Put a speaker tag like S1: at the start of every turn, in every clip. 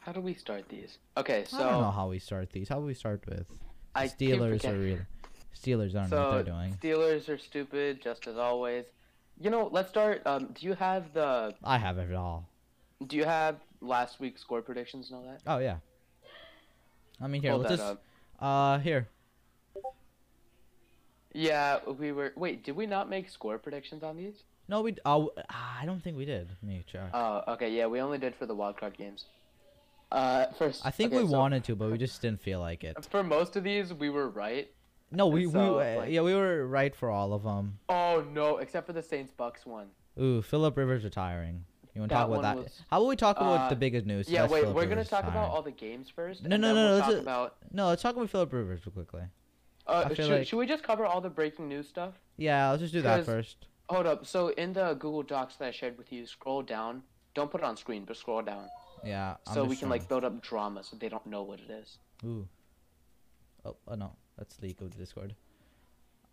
S1: How do we start these? Okay, so
S2: I don't know how we start these. How do we start with
S1: I keep
S2: Steelers
S1: forgetting.
S2: are real. Steelers I don't know what
S1: So
S2: they're doing.
S1: Steelers are stupid, just as always. You know, let's start. Um, do you have the?
S2: I have it all.
S1: Do you have last week's score predictions and all that?
S2: Oh yeah. I mean here,
S1: Hold
S2: let's
S1: that
S2: just
S1: up.
S2: uh here.
S1: Yeah, we were. Wait, did we not make score predictions on these?
S2: No, we. d- Oh, I don't think we did. Let me check.
S1: Oh, okay. Yeah, we only did for the wildcard games. Uh, first.
S2: I think
S1: okay,
S2: we
S1: so
S2: wanted to, but we just didn't feel like it.
S1: For most of these, we were right.
S2: No, we
S1: so,
S2: we uh,
S1: like-
S2: yeah we were right for all of them.
S1: Oh no, except for the Saints Bucks one.
S2: Ooh, Philip Rivers retiring. You want to
S1: That
S2: talk about
S1: one
S2: that?
S1: was-
S2: How about we talk about
S1: uh,
S2: the biggest news?
S1: yeah,
S2: That's
S1: wait.
S2: Phillip
S1: We're gonna
S2: Rivers
S1: talk about
S2: retiring.
S1: all the games first.
S2: No,
S1: and
S2: no,
S1: then
S2: no,
S1: We'll
S2: let's
S1: talk
S2: ju-
S1: about.
S2: No, let's talk about Philip Rivers real quickly.
S1: Uh,
S2: I feel
S1: should,
S2: like-
S1: should we just cover all the breaking news stuff?
S2: Yeah, let's just do that
S1: Because-
S2: first.
S1: Hold up. So in the Google Docs that I shared with you, scroll down. Don't put it on screen, but scroll down
S2: Yeah. I'm
S1: so
S2: just
S1: we can
S2: trying
S1: like build up drama so they don't know what it is.
S2: to- Ooh. Oh, oh no, that's leak of the Discord.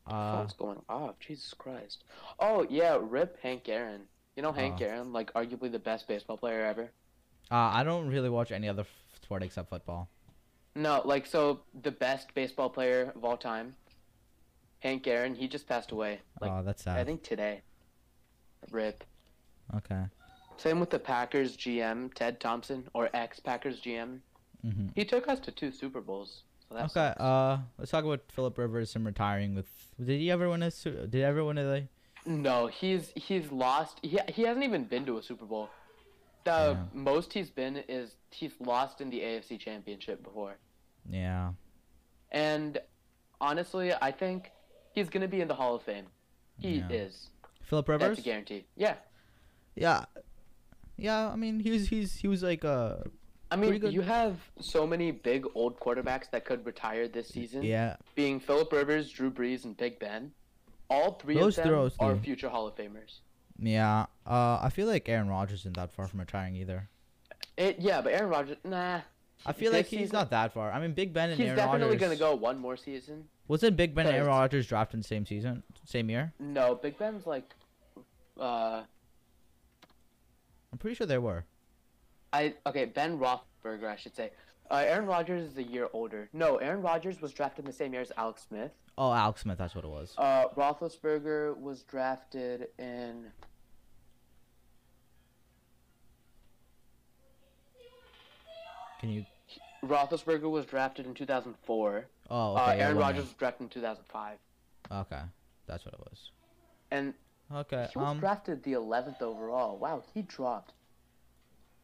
S1: Uh,
S2: Uh,
S1: Phone's going off. Jesus Christ. Oh yeah, rip Hank Aaron. You know Hank
S2: Oh.
S1: Aaron, like arguably the best baseball player ever.
S2: uh, I don't really watch any other f- sport except football.
S1: No, like so the best baseball player of all time, Hank Aaron. He just passed away. Like
S2: oh, that's
S1: I
S2: sad.
S1: think today. Rip.
S2: Okay.
S1: Same with the Packers GM, Ted Thompson, or ex Packers GM.
S2: hmm
S1: He took us to two Super Bowls. So that's
S2: Okay. Uh, let's talk about Philip Rivers and retiring. With did he ever win a? su- Did everyone win a?
S1: No, he's he's lost. He he hasn't even been to a Super Bowl. The
S2: Yeah.
S1: most he's been is he's lost in the AFC Championship before.
S2: Yeah.
S1: And honestly, I think he's gonna be in the Hall of Fame. He
S2: Yeah.
S1: is.
S2: Philip
S1: That's
S2: Rivers.
S1: a guarantee. Yeah.
S2: Yeah. Yeah. I mean, he was he's he was like uh
S1: I
S2: Pretty
S1: mean,
S2: good.
S1: you have so many big old quarterbacks that could retire this season.
S2: yeah
S1: Being Philip Rivers, Drew Brees, and Big Ben. All three
S2: Those
S1: of them
S2: throws,
S1: are
S2: dude.
S1: future Hall of Famers.
S2: yeah. Uh, I feel like Aaron Rodgers isn't that far from retiring either.
S1: It, yeah, but Aaron Rodgers, nah.
S2: I feel
S1: This
S2: like he's
S1: season-
S2: not that far. I mean, Big Ben and
S1: He's
S2: Aaron
S1: definitely
S2: Rodgers.
S1: gonna go one more season.
S2: Wasn't Big Ben and Aaron
S1: Because-
S2: Rodgers drafted in the same season, same year?
S1: No, Big Ben's like, uh,
S2: I'm pretty sure they were.
S1: I okay Ben Roethlisberger, I should say. Uh, Aaron Rodgers is a year older. No, Aaron Rodgers was drafted in the same year as Alex Smith.
S2: Oh, Alex Smith, that's what it was.
S1: Uh, Roethlisberger was drafted in.
S2: Can you?
S1: Roethlisberger was drafted in 2004.
S2: Oh, okay.
S1: uh,
S2: yeah,
S1: Aaron
S2: one
S1: Rodgers was drafted in 2005,
S2: year. Okay, that's what it was.
S1: and
S2: Okay.
S1: he was
S2: um.
S1: drafted the 11th overall. Wow, he dropped.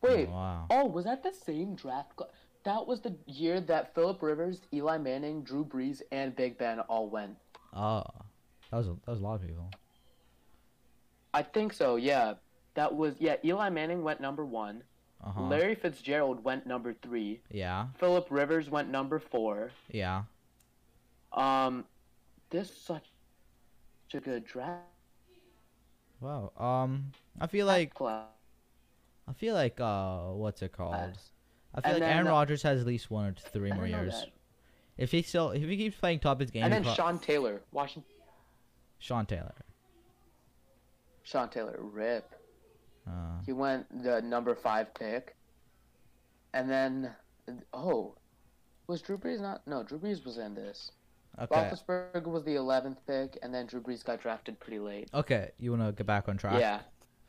S1: Wait,
S2: Wow.
S1: oh, was that the same draft? cla- That was the year that Philip Rivers, Eli Manning, Drew Brees, and Big Ben all went.
S2: Oh, that was a, that was a lot of people.
S1: I think so. Yeah, that was yeah. Eli Manning went number one.
S2: Uh huh.
S1: Larry Fitzgerald went number three.
S2: Yeah.
S1: Philip Rivers went number four.
S2: Yeah.
S1: Um, this is such a good draft
S2: Wow. Um. I feel like
S1: class.
S2: I feel like uh, what's it called? I feel
S1: And
S2: like
S1: then,
S2: Aaron
S1: uh,
S2: Rodgers has at least one or three
S1: I
S2: more
S1: didn't know
S2: years.
S1: that.
S2: If he still if he keeps playing top of his game,
S1: And
S2: he
S1: then
S2: pro-
S1: Sean Taylor, Washington.
S2: Sean Taylor.
S1: Sean Taylor, rip.
S2: Uh,
S1: He went the number five pick. And then, oh, was Drew Brees not? No, Drew Brees was in this.
S2: okay.
S1: Roethlisberger was the eleventh pick, and then Drew Brees got drafted pretty late.
S2: Okay. You wanna get back on track?
S1: Yeah.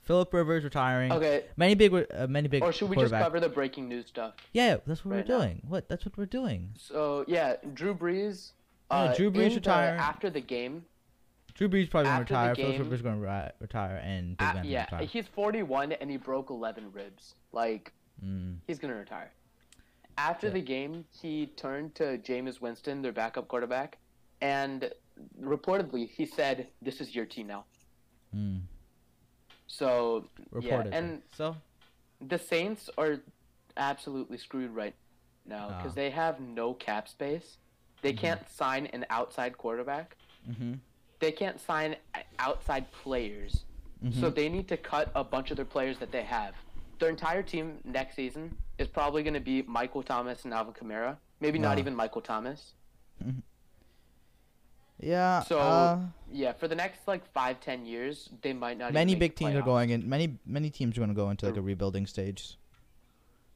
S2: Philip Rivers retiring.
S1: Okay.
S2: Many big, uh, many big.
S1: Or should we just
S2: quarterback-
S1: cover the breaking news stuff?
S2: Yeah, that's what
S1: right
S2: we're
S1: now?
S2: doing. What? That's what we're doing.
S1: So yeah, Drew Brees.
S2: Yeah,
S1: Uh,
S2: Drew Brees
S1: in the-
S2: retired.
S1: after the game.
S2: Drew Brees probably gonna
S1: After the
S2: retire. Philip
S1: game-
S2: Rivers gonna ri- retire, and Big
S1: Uh,
S2: Ben
S1: yeah,
S2: gonna retire.
S1: he's 41 and he broke 11 ribs. Like
S2: Mm.
S1: he's gonna retire. After
S2: Yeah.
S1: the game, he turned to Jameis Winston, their backup quarterback, and reportedly he said, "This is your team now."
S2: Mm.
S1: So
S2: Reported.
S1: and-
S2: so
S1: the Saints are absolutely screwed right now because
S2: Ah. Mm-hmm.
S1: they have no cap space. They can't sign an outside quarterback.
S2: hmm
S1: they can't sign outside players. So
S2: Mm-hmm.
S1: they need to cut a bunch of their players that they have. Their entire team next season is probably going to be Michael Thomas and Alvin Kamara. Maybe not
S2: Nah.
S1: even Michael Thomas.
S2: yeah.
S1: So
S2: uh,
S1: yeah, for the next like five ten years, they might not. even
S2: many
S1: make the
S2: big teams are
S1: playoffs.
S2: going in. Many many teams are gonna go into like
S1: The-
S2: a rebuilding stage.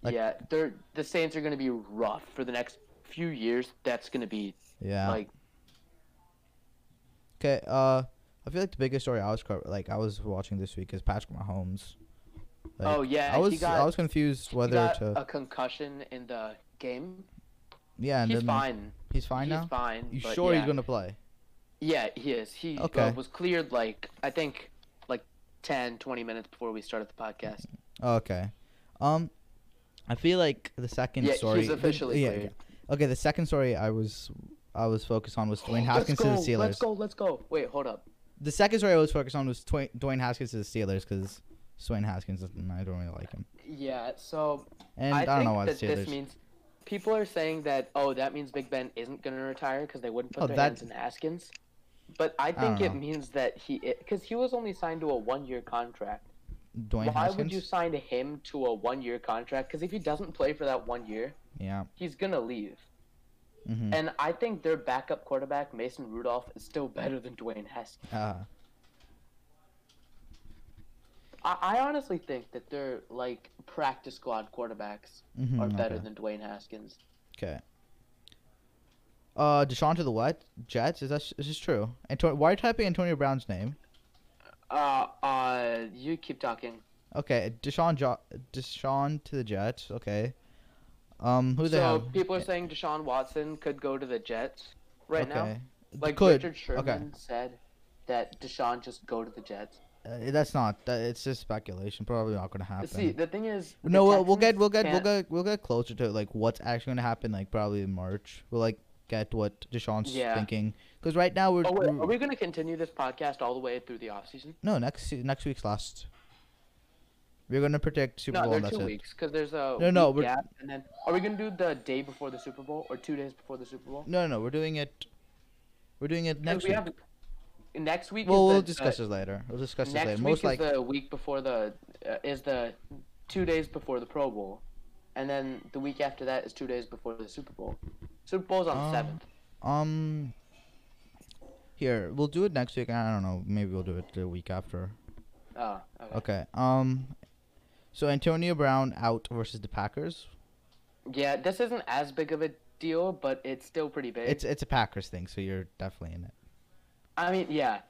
S2: Like-
S1: yeah, they're the Saints are going to be rough for the next few years. That's going to be
S2: Yeah.
S1: like
S2: okay. Uh, I feel like the biggest story I was co- like I was watching this week is Patrick Mahomes.
S1: Oh, yeah,
S2: I
S1: he
S2: was
S1: got-
S2: I was confused
S1: he
S2: whether
S1: got
S2: to
S1: a concussion in the game.
S2: yeah. And
S1: he's
S2: then
S1: fine.
S2: He's fine
S1: he's
S2: now.
S1: fine.
S2: You
S1: but
S2: sure
S1: yeah.
S2: he's gonna play?
S1: Yeah, he is. He uh,
S2: Okay.
S1: was cleared like I think like 10, 20 minutes before we started the podcast.
S2: Oh, Okay. Um, I feel like the second
S1: yeah,
S2: story.
S1: he's officially
S2: yeah,
S1: cleared.
S2: Okay, the second story I was I was focused on was Dwayne Haskins
S1: let's
S2: to
S1: go,
S2: the Steelers.
S1: Let's go. Let's go. Wait, hold up.
S2: The second story I was focused on was Twa- Dwayne Haskins to the Steelers because Dwayne Haskins doesn't- I don't really like him,
S1: Yeah. So
S2: and
S1: I,
S2: I, don't
S1: think
S2: know why the
S1: that
S2: Steelers.
S1: this means people are saying that oh that means Big Ben isn't going to retire because they wouldn't put
S2: Oh,
S1: their
S2: that-
S1: hands in Haskins. But I think
S2: don't
S1: it
S2: know.
S1: means that he because he was only signed to a one year contract.
S2: Dwayne
S1: Why
S2: Haskins.
S1: would you sign him to a one year contract? Because if he doesn't play for that one year,
S2: Yeah.
S1: he's gonna leave.
S2: Mm-hmm.
S1: And I think their backup quarterback Mason Rudolph is still better than Dwayne Haskins.
S2: Uh,
S1: I, I honestly think that their like practice squad quarterbacks
S2: mhm,
S1: are better
S2: okay.
S1: than Dwayne Haskins.
S2: Okay. Uh, Deshaun to the what? Jets? Is that is this true? Anto- why are you typing Antonio Brown's name?
S1: Uh, uh, you keep talking.
S2: Okay, Deshaun jo- Deshaun to the Jets. Okay. Um, who they
S1: so
S2: have?
S1: people are saying Deshaun Watson could go to the Jets right now.
S2: Okay.
S1: Like
S2: Could.
S1: Richard Sherman said that Deshaun just go to the Jets.
S2: Uh, that's not. That, it's just speculation. Probably not gonna happen.
S1: See, the thing is, the
S2: no, we'll, we'll
S1: Texans
S2: get we'll get we'll
S1: can't-
S2: get we'll get closer to like what's actually gonna happen. Like probably in March. We'll like get what Deshaun's
S1: Yeah.
S2: thinking. Because right now we're,
S1: Oh, wait,
S2: we're-
S1: are we gonna continue this podcast all the way through the offseason?
S2: no next se- next week's last. We're gonna predict Super
S1: No,
S2: Bowl.
S1: they're
S2: and that's
S1: two
S2: it.
S1: weeks because there's a
S2: No, no,
S1: week
S2: we're-
S1: gap, and then are we gonna do the day before the Super Bowl or two days before the Super Bowl?
S2: No, no, no. We're doing it. We're doing it
S1: Like,
S2: next
S1: we
S2: week.
S1: have- next week.
S2: Well,
S1: is the,
S2: we'll discuss
S1: the,
S2: this later. We'll discuss this
S1: Next
S2: later.
S1: week
S2: Most
S1: is
S2: like
S1: the week before the uh, is the two days before the Pro Bowl, and then the week after that is two days before the Super Bowl. Super Bowl's on
S2: Um,
S1: the seventh.
S2: um. Here, we'll do it next week. I don't know. Maybe we'll do it the week after.
S1: Oh, okay.
S2: Okay. Um. So Antonio Brown out versus the Packers.
S1: Yeah, this isn't as big of a deal, but it's still pretty big.
S2: It's it's a Packers thing, so you're definitely in it.
S1: I mean, yeah.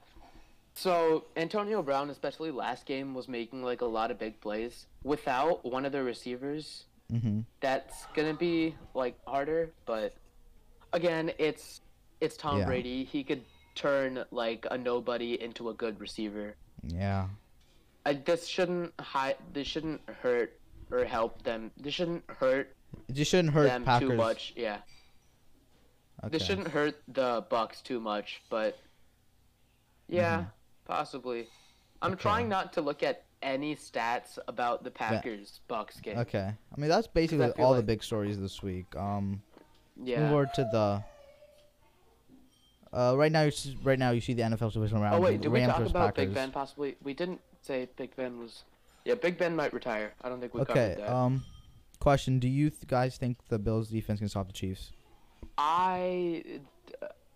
S1: So Antonio Brown, especially last game, was making like a lot of big plays without one of the receivers.
S2: Mm-hmm.
S1: that's gonna be like harder, but again, it's it's Tom
S2: Yeah.
S1: Brady. He could turn like a nobody into a good receiver.
S2: Yeah.
S1: I, this shouldn't hi- This shouldn't hurt or help them. This shouldn't hurt
S2: It just shouldn't hurt
S1: them
S2: Packers.
S1: too much. Yeah,
S2: Okay.
S1: this shouldn't hurt the Bucks too much. But yeah, possibly. I'm
S2: Mm-hmm. Okay.
S1: trying not to look at any stats about the Packers Bucks game.
S2: Okay. I mean, that's basically
S1: feel
S2: all the
S1: like-
S2: big stories this week. Um. Move
S1: Yeah.
S2: over to the. Uh, right now, you s- right now you see the NFL divisional round.
S1: Oh wait, did we
S2: Rams
S1: talk
S2: versus
S1: about Big
S2: Packers.
S1: Ben possibly? We didn't say Big Ben was. Yeah, Big Ben might retire. I don't think we
S2: Okay.
S1: covered that.
S2: Um, question: Do you th- guys think the Bills' defense can stop the Chiefs?
S1: I,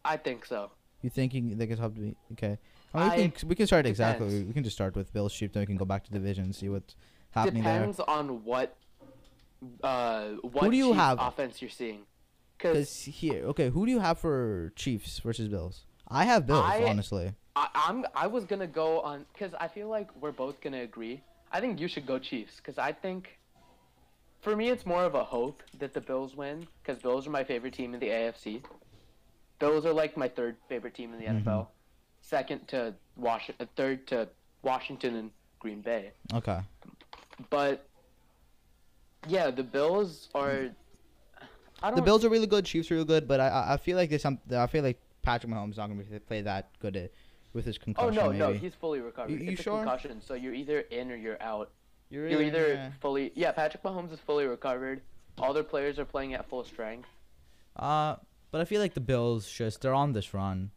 S1: I think so.
S2: You thinking they can stop the? Okay. I mean,
S1: I-
S2: we can we can start exactly.
S1: depends.
S2: We can just start with Bills' Chiefs, then we can go back to division and see what's happening
S1: Depends on what, uh, what
S2: do you
S1: Chiefs
S2: have?
S1: offense you're seeing.
S2: there.
S1: Because
S2: Because here, okay, who do you have for Chiefs versus Bills? I have Bills,
S1: I-
S2: honestly.
S1: I'm I was gonna go on because I feel like we're both gonna agree. I think you should go Chiefs because I think, for me, it's more of a hope that the Bills win because Bills are my favorite team in the AFC. Bills are like my third favorite team in
S2: Mm-hmm.
S1: the NFL, second to Wash, uh, third to Washington and Green Bay.
S2: Okay.
S1: But yeah, the Bills are. I don't.
S2: The Bills are really good. Chiefs are really good, but I- I I feel like there's some. I feel like Patrick Mahomes not gonna be- play that good at, with his
S1: Oh
S2: concussion.
S1: no, no,
S2: maybe.
S1: he's fully recovered.
S2: You- you
S1: it's a
S2: sure?
S1: concussion, so you're either in or you're out.
S2: You're,
S1: You're either
S2: yeah.
S1: fully yeah, Patrick Mahomes is fully recovered. All their players are playing at full strength.
S2: Uh, but I feel like the Bills just they're on this run.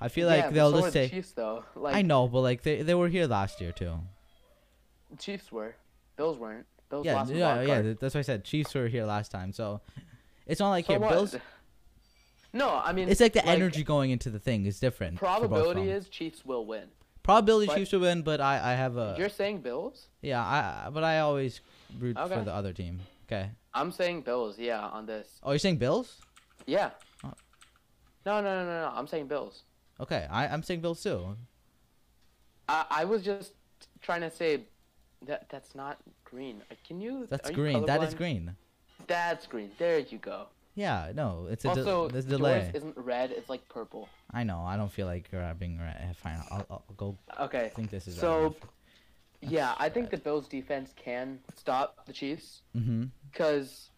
S2: I feel
S1: yeah,
S2: like
S1: but
S2: they'll
S1: so are
S2: just
S1: the
S2: say.
S1: Chiefs though. Like
S2: I know, but like they they were here last year too.
S1: Chiefs were. Bills weren't. Bills
S2: Yeah,
S1: lost the
S2: yeah,
S1: wild
S2: yeah.
S1: card.
S2: th- That's why I said Chiefs were here last time. So it's not like
S1: So
S2: here
S1: what?
S2: Bills.
S1: No, I mean
S2: It's like the energy going into the thing is different. for both of
S1: Probability
S2: them.
S1: is Chiefs will win.
S2: Probability
S1: But-
S2: Chiefs to win, but I I have a
S1: You're saying Bills?
S2: yeah. I I- but I always root for
S1: Okay.
S2: the other team. Okay.
S1: I'm saying Bills, yeah, on this.
S2: Oh, you're saying Bills?
S1: Yeah.
S2: Oh.
S1: No, no, no, no, no. I'm saying Bills.
S2: Okay, I I'm saying Bills too.
S1: I, I was just trying to say that that's not green. Uh, Can you?
S2: That's
S1: are you
S2: green. That is
S1: colorblind?
S2: green.
S1: That's green. There you go.
S2: Yeah, no, it's a de-
S1: also,
S2: there's
S1: yours
S2: delay.
S1: isn't red. It's like purple.
S2: I know. I don't feel like grabbing. Right. eh, Fine, I'll, I'll go. I
S1: Okay.
S2: think this is
S1: So, yeah, I think the Bills defense can stop the Chiefs
S2: Mm-hmm.
S1: because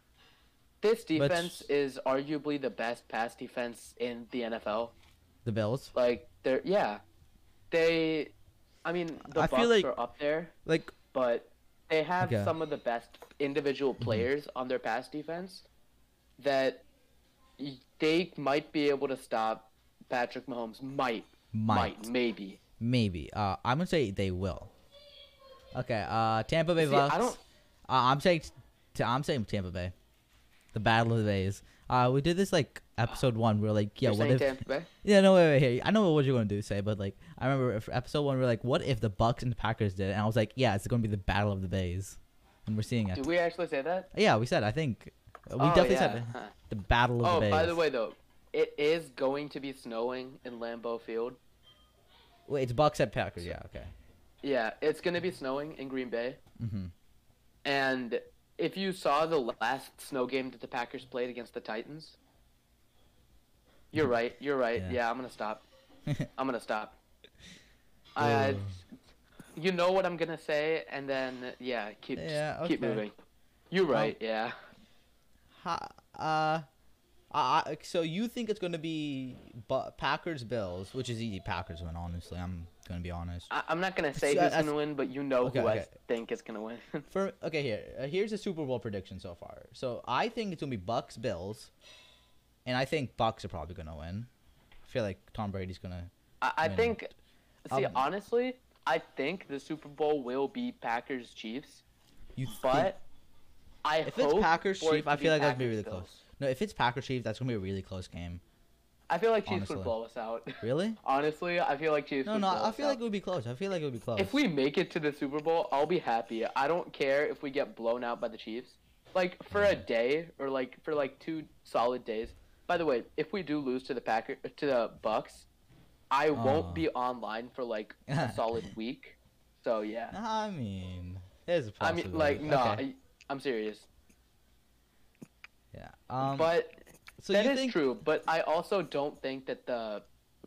S1: this
S2: But-
S1: defense is arguably the best pass defense in the NFL.
S2: The Bills.
S1: Like they're yeah, they. I mean, the
S2: I
S1: Bucks
S2: feel like-
S1: are up there,
S2: Like
S1: but they have
S2: Okay. Mm-hmm.
S1: some of the best individual players on their pass defense that y- they might be able to stop Patrick Mahomes. Might,
S2: might,
S1: might, maybe.
S2: maybe. Uh, I'm gonna say they will. Okay. Uh, Tampa Bay
S1: See, I
S2: Bucks.
S1: don't-
S2: Uh, I'm saying. T- I'm saying Tampa Bay. The Battle of the Bays. Uh, we did this like episode one. We are like, yeah,
S1: You're
S2: what
S1: saying
S2: if?
S1: Tampa Bay?
S2: Yeah, no, wait, wait, here. I know what you're gonna do say, but like, I remember for episode one, we are like, what if the Bucks and the Packers did it? And I was like, yeah, it's gonna be the Battle of the Bays, and we're seeing it.
S1: Did we actually say that?
S2: Yeah, we said. I think we
S1: Oh,
S2: definitely
S1: yeah,
S2: said it.
S1: huh.
S2: the Battle of
S1: Oh,
S2: the Bays.
S1: by the way, though, it is going to be snowing in Lambeau Field.
S2: wait, it's Bucks at Packers. Yeah, okay.
S1: Yeah, it's going to be snowing in Green Bay.
S2: Mhm.
S1: And if you saw the last snow game that the Packers played against the Titans, you're right. You're right.
S2: Mm-hmm. Yeah.
S1: Yeah, I'm going to stop. I'm going to stop. I,
S2: Ooh.
S1: you know what I'm going to say, and then, yeah, keep, just
S2: Yeah,
S1: keep
S2: okay.
S1: moving. You're right, yeah.
S2: Ha, uh, I, I- so you think it's gonna be Bu- Packers Bills, which is easy. Packers win, honestly. I'm gonna be honest.
S1: I, I'm not going to say
S2: So,
S1: who's
S2: I- I-
S1: going to win, but you know
S2: Okay,
S1: who I
S2: okay.
S1: think is going to win.
S2: For okay, here uh, here's a Super Bowl prediction so far. So I think it's gonna be Bucks Bills, and I think Bucks are probably gonna win. I feel like Tom Brady's gonna.
S1: I, I
S2: win.
S1: think. See,
S2: Um,
S1: honestly, I think the Super Bowl will be Packers Chiefs,
S2: You think,
S1: but I
S2: Hmm. if it's
S1: hope
S2: Packers
S1: for it
S2: Chiefs,
S1: to
S2: I feel like that'd be
S1: Packers
S2: really
S1: Bills.
S2: close. No, if it's Packers Chiefs, that's gonna be a really close game.
S1: I feel like Chiefs
S2: honestly.
S1: would blow us out.
S2: Really?
S1: honestly, I feel like Chiefs.
S2: No,
S1: would
S2: no.
S1: blow
S2: I
S1: us
S2: feel like
S1: out.
S2: it would be close. I feel like it would be close.
S1: if we make it to the Super Bowl, I'll be happy. I don't care if we get blown out by the Chiefs, like for a
S2: Mm-hmm.
S1: day or like for like two solid days. By the way, if we do lose to the Packer to the Bucks, I
S2: Aw.
S1: won't be online for like a solid week. So yeah.
S2: I mean, there's a
S1: I mean,
S2: possibility.
S1: like, no,
S2: Okay,
S1: I, am serious.
S2: Yeah. Um,
S1: but
S2: so
S1: that
S2: you
S1: is
S2: think,
S1: true. But I also don't think that the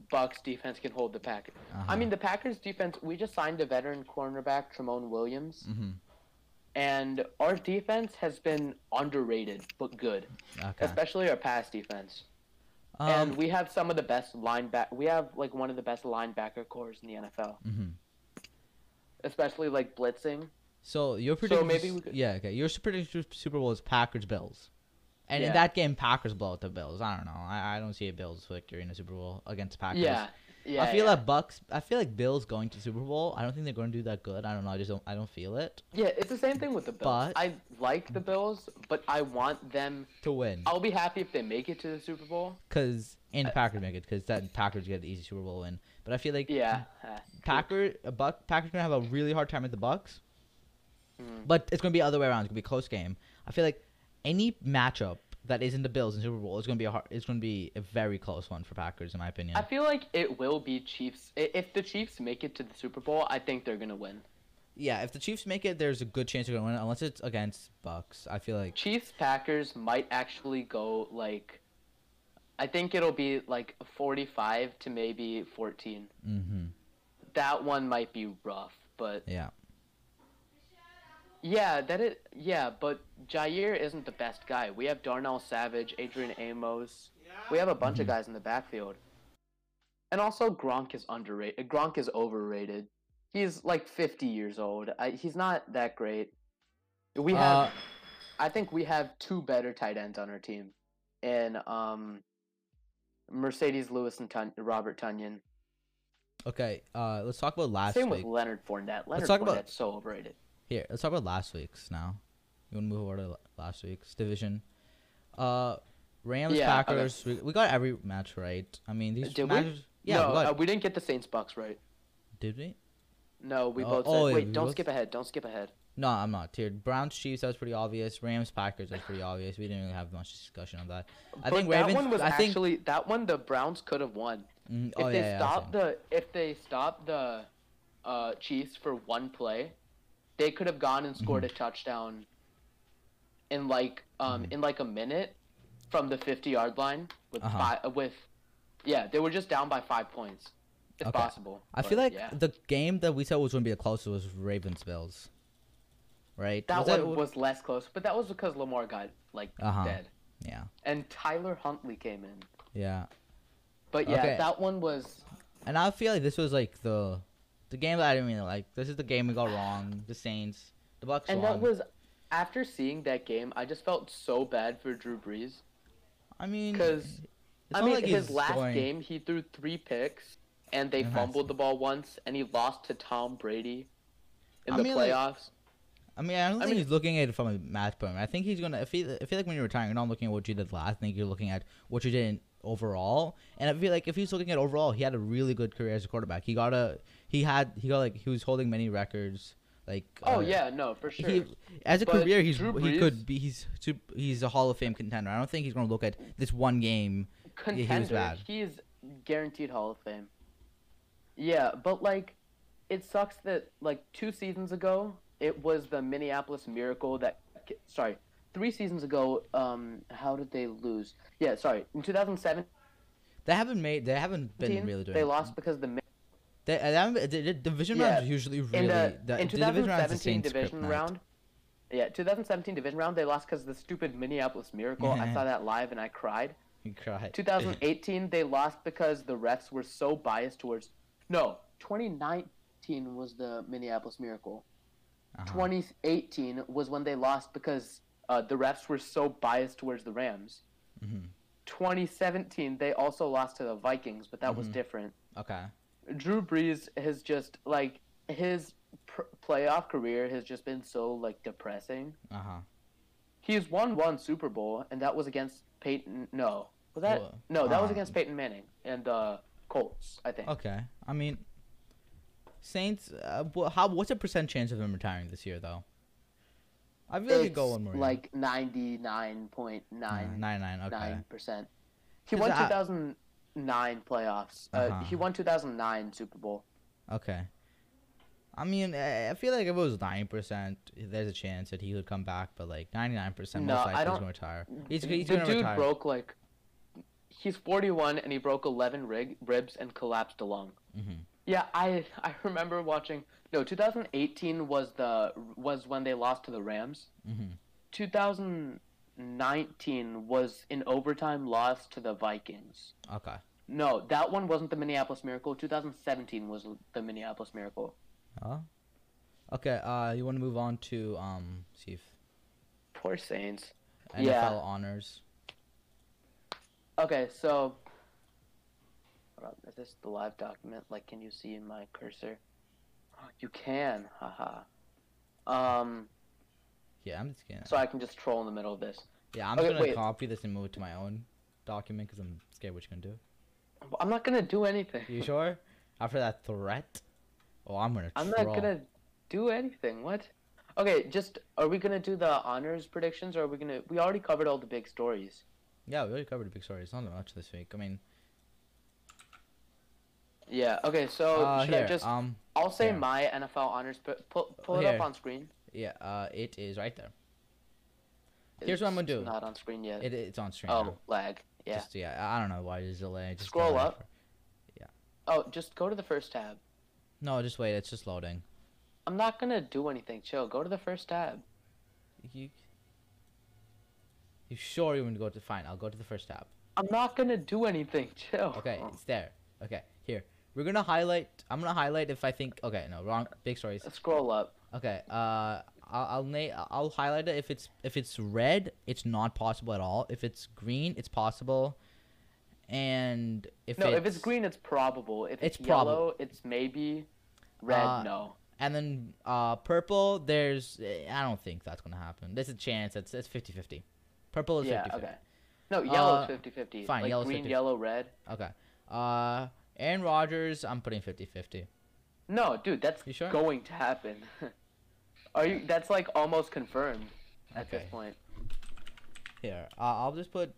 S1: Bucks defense can hold the Packers.
S2: Uh-huh.
S1: I mean, the Packers defense. We just signed a veteran cornerback, Tremone Williams,
S2: hmm
S1: and our defense has been underrated but good,
S2: Okay.
S1: especially our pass defense.
S2: Um,
S1: and we have some of the best lineback. We have like one of the best linebacker cores in the NFL,
S2: mhm.
S1: especially like blitzing.
S2: So you're predicting.
S1: maybe
S2: s-
S1: we could-
S2: Yeah. Okay. Your s- predicted s- Super Bowl is Packers Bills, and in
S1: Yeah.
S2: that game, Packers blow out the Bills. I don't know. I, I don't see a Bills victory in a Super Bowl against Packers.
S1: Yeah, yeah.
S2: I feel
S1: yeah.
S2: like Bucks. I feel like Bills going to Super Bowl. I don't think they're going to do that good. I don't know. I just don't. I don't feel it
S1: Yeah, it's the same thing with the Bills.
S2: But-
S1: I like the Bills, but I want them.
S2: to win
S1: I'll be happy if they make it to the Super Bowl.
S2: because and the Packers make it because that Packers get the easy Super Bowl win. But I feel like
S1: Yeah. uh,
S2: Packer, a Buck, Packers gonna have a really hard time with the Bucks,
S1: Mm.
S2: but it's gonna be other way around. It's gonna be a close game. I feel like any matchup that isn't the Bills in Super Bowl is gonna be a hard, it's gonna be a very close one for Packers, in my opinion.
S1: I feel like it will be Chiefs. I- If the Chiefs make it to the Super Bowl, I think they're gonna win.
S2: yeah, if the Chiefs make it, there's a good chance they're gonna win, unless it's against Bucks. I feel like
S1: Chiefs Packers might actually go like. I think it'll be like 45 to maybe 14.
S2: mm-hmm,
S1: That one might be rough, but
S2: yeah.
S1: yeah, that it. Yeah, but Jair isn't the best guy. We have Darnell Savage, Adrian Amos. We have a bunch of guys in the backfield. And also Gronk is underrated. Gronk is overrated. He's like 50 years old. I, he's not that great. We have
S2: Uh,
S1: I think we have two better tight ends on our team. And um Mercedes Lewis and Tun- Robert Tunyon.
S2: okay, uh, let's talk about last
S1: Same
S2: week.
S1: with Leonard Fournette. Leonard
S2: talk
S1: Fournette's
S2: about-
S1: so overrated.
S2: Here, let's talk about last week's now. You want to move over to la- last week's division? Uh, Rams,
S1: Yeah, okay.
S2: Packers. We, we got every match right. I mean, these
S1: Did we?
S2: matches. Yeah,
S1: no,
S2: we got,
S1: uh, we didn't get the Saints Bucks right.
S2: Did we?
S1: No, we
S2: Oh-
S1: both said.
S2: oh, yeah,
S1: wait,
S2: we
S1: don't
S2: both-
S1: skip ahead. Don't skip ahead.
S2: No, I'm not tiered. Browns Chiefs that was pretty obvious. Rams Packers that's pretty obvious. We didn't really have much discussion on that. I
S1: But
S2: think
S1: that
S2: Ravens.
S1: one was
S2: I think.
S1: actually that one the Browns could have won
S2: Mm,
S1: if
S2: oh
S1: they
S2: yeah, yeah, I was
S1: stopped the if they stopped the uh, Chiefs for one play, they could have gone and scored
S2: Mm-hmm.
S1: a touchdown in like um in like a minute from the fifty yard line with
S2: Uh-huh.
S1: fi- uh with yeah they were just down by five points. It's
S2: Okay.
S1: possible.
S2: I
S1: but
S2: feel like
S1: yeah.
S2: the game that we said was going to be the closest was Ravens Bills, right?
S1: that
S2: Was
S1: one was less close, but that was because Lamar got like
S2: Uh-huh.
S1: dead
S2: Yeah,
S1: and Tyler Huntley came in.
S2: yeah.
S1: But yeah,
S2: Okay.
S1: that one was
S2: And I feel like this was like the, the game that I didn't really like. This is the game we got wrong. The Saints, the Bucks
S1: And
S2: won.
S1: that was after seeing that game, I just felt so bad for Drew Brees
S2: I mean,
S1: because
S2: it's
S1: I
S2: not
S1: mean
S2: like
S1: his
S2: he's
S1: last
S2: scoring-
S1: game he threw three picks and they
S2: Yeah, that's-
S1: fumbled the ball once and he lost to Tom Brady in
S2: I
S1: the
S2: mean, like-
S1: playoffs.
S2: I mean, I don't
S1: I
S2: think
S1: mean-
S2: he's looking at it from a math point. I think he's gonna. I feel, I feel like when you're retiring, you're not looking at what you did last. I think you're looking at what you did in overall. And I feel like if he's looking at overall, he had a really good career as a quarterback. He got a. He had. He got like he was holding many records. Like.
S1: oh
S2: uh,
S1: yeah, no, for sure.
S2: He, as a
S1: But
S2: career, he's
S1: Drew
S2: he
S1: Brees-
S2: could be he's sup- he's a Hall of Fame contender. I don't think he's gonna look at this one game. he was
S1: Contender.
S2: bad.
S1: He's guaranteed Hall of Fame. Yeah, but like it sucks that like two seasons ago it was the Minneapolis Miracle that sorry, three seasons ago um how did they lose? Yeah, sorry. In 2007
S2: They haven't made. They haven't been
S1: 2015,
S2: really doing.
S1: They lost because of the mi-
S2: They, they haven't, the, the division
S1: Yeah.
S2: round is usually really.
S1: in the,
S2: the,
S1: in
S2: the division round is
S1: 2017
S2: the Saints'
S1: division
S2: kryptonite.
S1: round. Yeah, 2017 division round they lost because of the stupid Minneapolis Miracle. I saw that live and I cried.
S2: You cried.
S1: 2018 they lost because the refs were so biased towards. No, 2019 was the Minneapolis Miracle.
S2: Uh-huh.
S1: 2018 was when they lost because uh, the refs were so biased towards the Rams.
S2: Mm-hmm.
S1: 2017 they also lost to the Vikings, but that
S2: Mm-hmm.
S1: was different.
S2: Okay.
S1: Drew Brees has just like his pr- playoff career has just been so like depressing.
S2: Uh huh.
S1: He's won one Super Bowl, and that was against Peyton. No, was that
S2: Well,
S1: no? That was
S2: uh,
S1: against Peyton Manning and the Colts, I think.
S2: Okay. I mean, Saints. Uh, wha- how? What's the percent chance of him retiring this year, though? I feel like it'd go
S1: It's
S2: one more. year.
S1: like ninety nine point nine
S2: nine nine. Okay.
S1: nine percent. He
S2: 'Cause
S1: won
S2: I-
S1: two thousand nine playoffs. uh
S2: Uh-huh.
S1: he won two thousand nine Super Bowl.
S2: Okay. I mean, I I feel like if it was nine percent, there's a chance that he would come back. But like ninety nine percent,
S1: No,
S2: most
S1: I
S2: likely he's
S1: don't-
S2: gonna retire. He's,
S1: The
S2: he's
S1: dude
S2: gonna retire.
S1: broke like he's 41 and he broke 11 rig- ribs and collapsed a lung.
S2: Mhm.
S1: Yeah, I I remember watching. No, 2018 was the was when they lost to the Rams.
S2: Mhm.
S1: 2019 was an overtime loss to the Vikings.
S2: Okay.
S1: No, that one wasn't the Minneapolis Miracle. 2017 was the Minneapolis Miracle.
S2: Huh? Okay. Uh, you want to move on to um, see if
S1: Poor Saints.
S2: NFL
S1: Yeah.
S2: honors.
S1: Okay, so hold on, is this the live document? Like, can you see my cursor? Oh, You can, haha. Um,
S2: Yeah, I'm just gonna.
S1: so I can just troll in the middle of this.
S2: Yeah, I'm just
S1: Okay,
S2: gonna
S1: wait.
S2: copy this and move it to my own document because I'm scared what you're gonna do.
S1: I'm not gonna do anything.
S2: You sure? After that threat? Oh, I'm gonna.
S1: I'm
S2: troll.
S1: not gonna do anything. What? Okay, just are we gonna do the honors predictions, or are we gonna? We already covered all the big stories.
S2: Yeah, we already covered a big story. It's not that much this week. I mean,
S1: Yeah. Okay. So
S2: uh,
S1: Oh, should
S2: here,
S1: I just?
S2: um,
S1: I'll say
S2: yeah.
S1: my NFL honors. But pull, pull it
S2: Here.
S1: up on screen.
S2: yeah, uh, it is right there. Here's what I'm gonna
S1: It's
S2: do.
S1: Not on screen yet.
S2: It, it's on stream.
S1: oh,
S2: now.
S1: lag. Yeah.
S2: Just, yeah, I- I don't know why it's delayed. Just
S1: Scroll
S2: delayed
S1: up.
S2: for-
S1: Oh, just go to the first tab.
S2: No, just wait. It's just loading.
S1: I'm not gonna do anything. Chill. Go to the first tab.
S2: You. You sure you want to go to? Fine, I'll go to the first tab.
S1: I'm not gonna do anything. Chill.
S2: Okay, it's there. Okay, here. We're gonna highlight. I'm gonna highlight if I think. Okay, no, wrong. Big stories.
S1: Scroll up.
S2: Okay. Uh, I'll I'll, na- I'll highlight it. If it's if it's red, it's not possible at all. If it's green, it's possible. And if
S1: No,
S2: it's,
S1: if it's green, it's probable. If it's,
S2: It's probable.
S1: yellow, it's maybe. Red,
S2: Uh,
S1: no.
S2: and then uh purple, there's eh, I don't think that's gonna happen. There's a chance. It's it's 50-50. Purple is
S1: Yeah,
S2: 50-50.
S1: okay. No, yellow's
S2: Uh,
S1: 50 50.
S2: fine,
S1: Like
S2: yellow's
S1: green,
S2: 50.
S1: yellow, red.
S2: Okay. Uh, Aaron Rodgers, I'm putting 50-50.
S1: No, dude, that's
S2: You sure?
S1: going to happen. Are you? That's like almost confirmed at
S2: Okay.
S1: this point.
S2: Here, uh, I'll just put.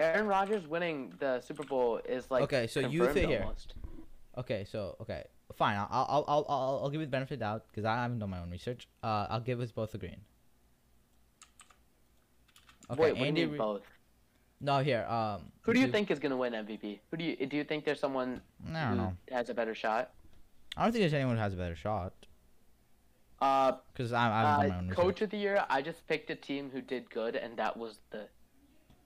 S1: Aaron Rodgers winning the Super Bowl is like
S2: Okay, so you
S1: confirmed
S2: think here.
S1: almost.
S2: Okay, so okay, fine. I'll I'll I'll, I'll, I'll give you the benefit of the doubt because I haven't done my own research. Uh, I'll give us both a green. Okay,
S1: Wait, what do
S2: Andy.
S1: you mean
S2: Re-
S1: both?
S2: no, here. Um,
S1: Who do you think is gonna win MVP? Who do you do you think there's someone
S2: I don't
S1: who
S2: know.
S1: Mm, has a better shot?
S2: I don't think there's anyone who has a better shot
S1: Uh,
S2: because I, I haven't done my
S1: uh
S2: own research.
S1: coach of the year. I just picked a team who did good, and that was the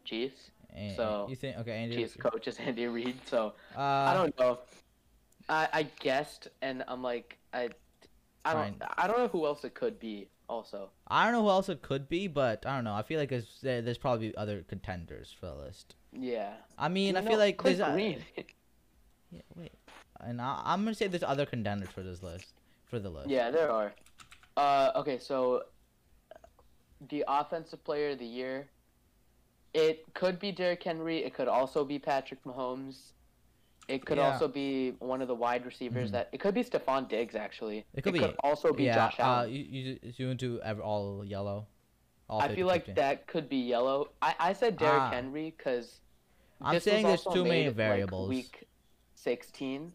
S1: Chiefs.
S2: And-
S1: so,
S2: you think okay, Andy?
S1: Chiefs coach is Andy Reid. So
S2: Uh,
S1: I don't know. I I guessed, and I'm like I. I don't. I don't know who else it could be. Also,
S2: I don't know who else it could be, but I don't know. I feel like there's there, there's probably other contenders for the list.
S1: yeah.
S2: I mean, I
S1: No,
S2: feel like
S1: Cliff
S2: there's a-
S1: Green.
S2: yeah, wait, and I, I'm gonna say there's other contenders for this list for the list.
S1: yeah, there are. Uh, okay, so the offensive player of the year. It could be Derrick Henry. It could also be Patrick Mahomes. It could
S2: Yeah.
S1: also be one of the wide receivers
S2: Mhm.
S1: that. It could be Stephon Diggs actually.
S2: It could be-
S1: also be
S2: yeah.
S1: Josh Allen.
S2: Uh, you you ju- you into ev- all yellow. All
S1: I
S2: 50,
S1: feel like
S2: 50.
S1: that could be yellow. I, I said Derrick
S2: Ah.
S1: Henry because
S2: I'm saying there's too many variables.
S1: Like week 16.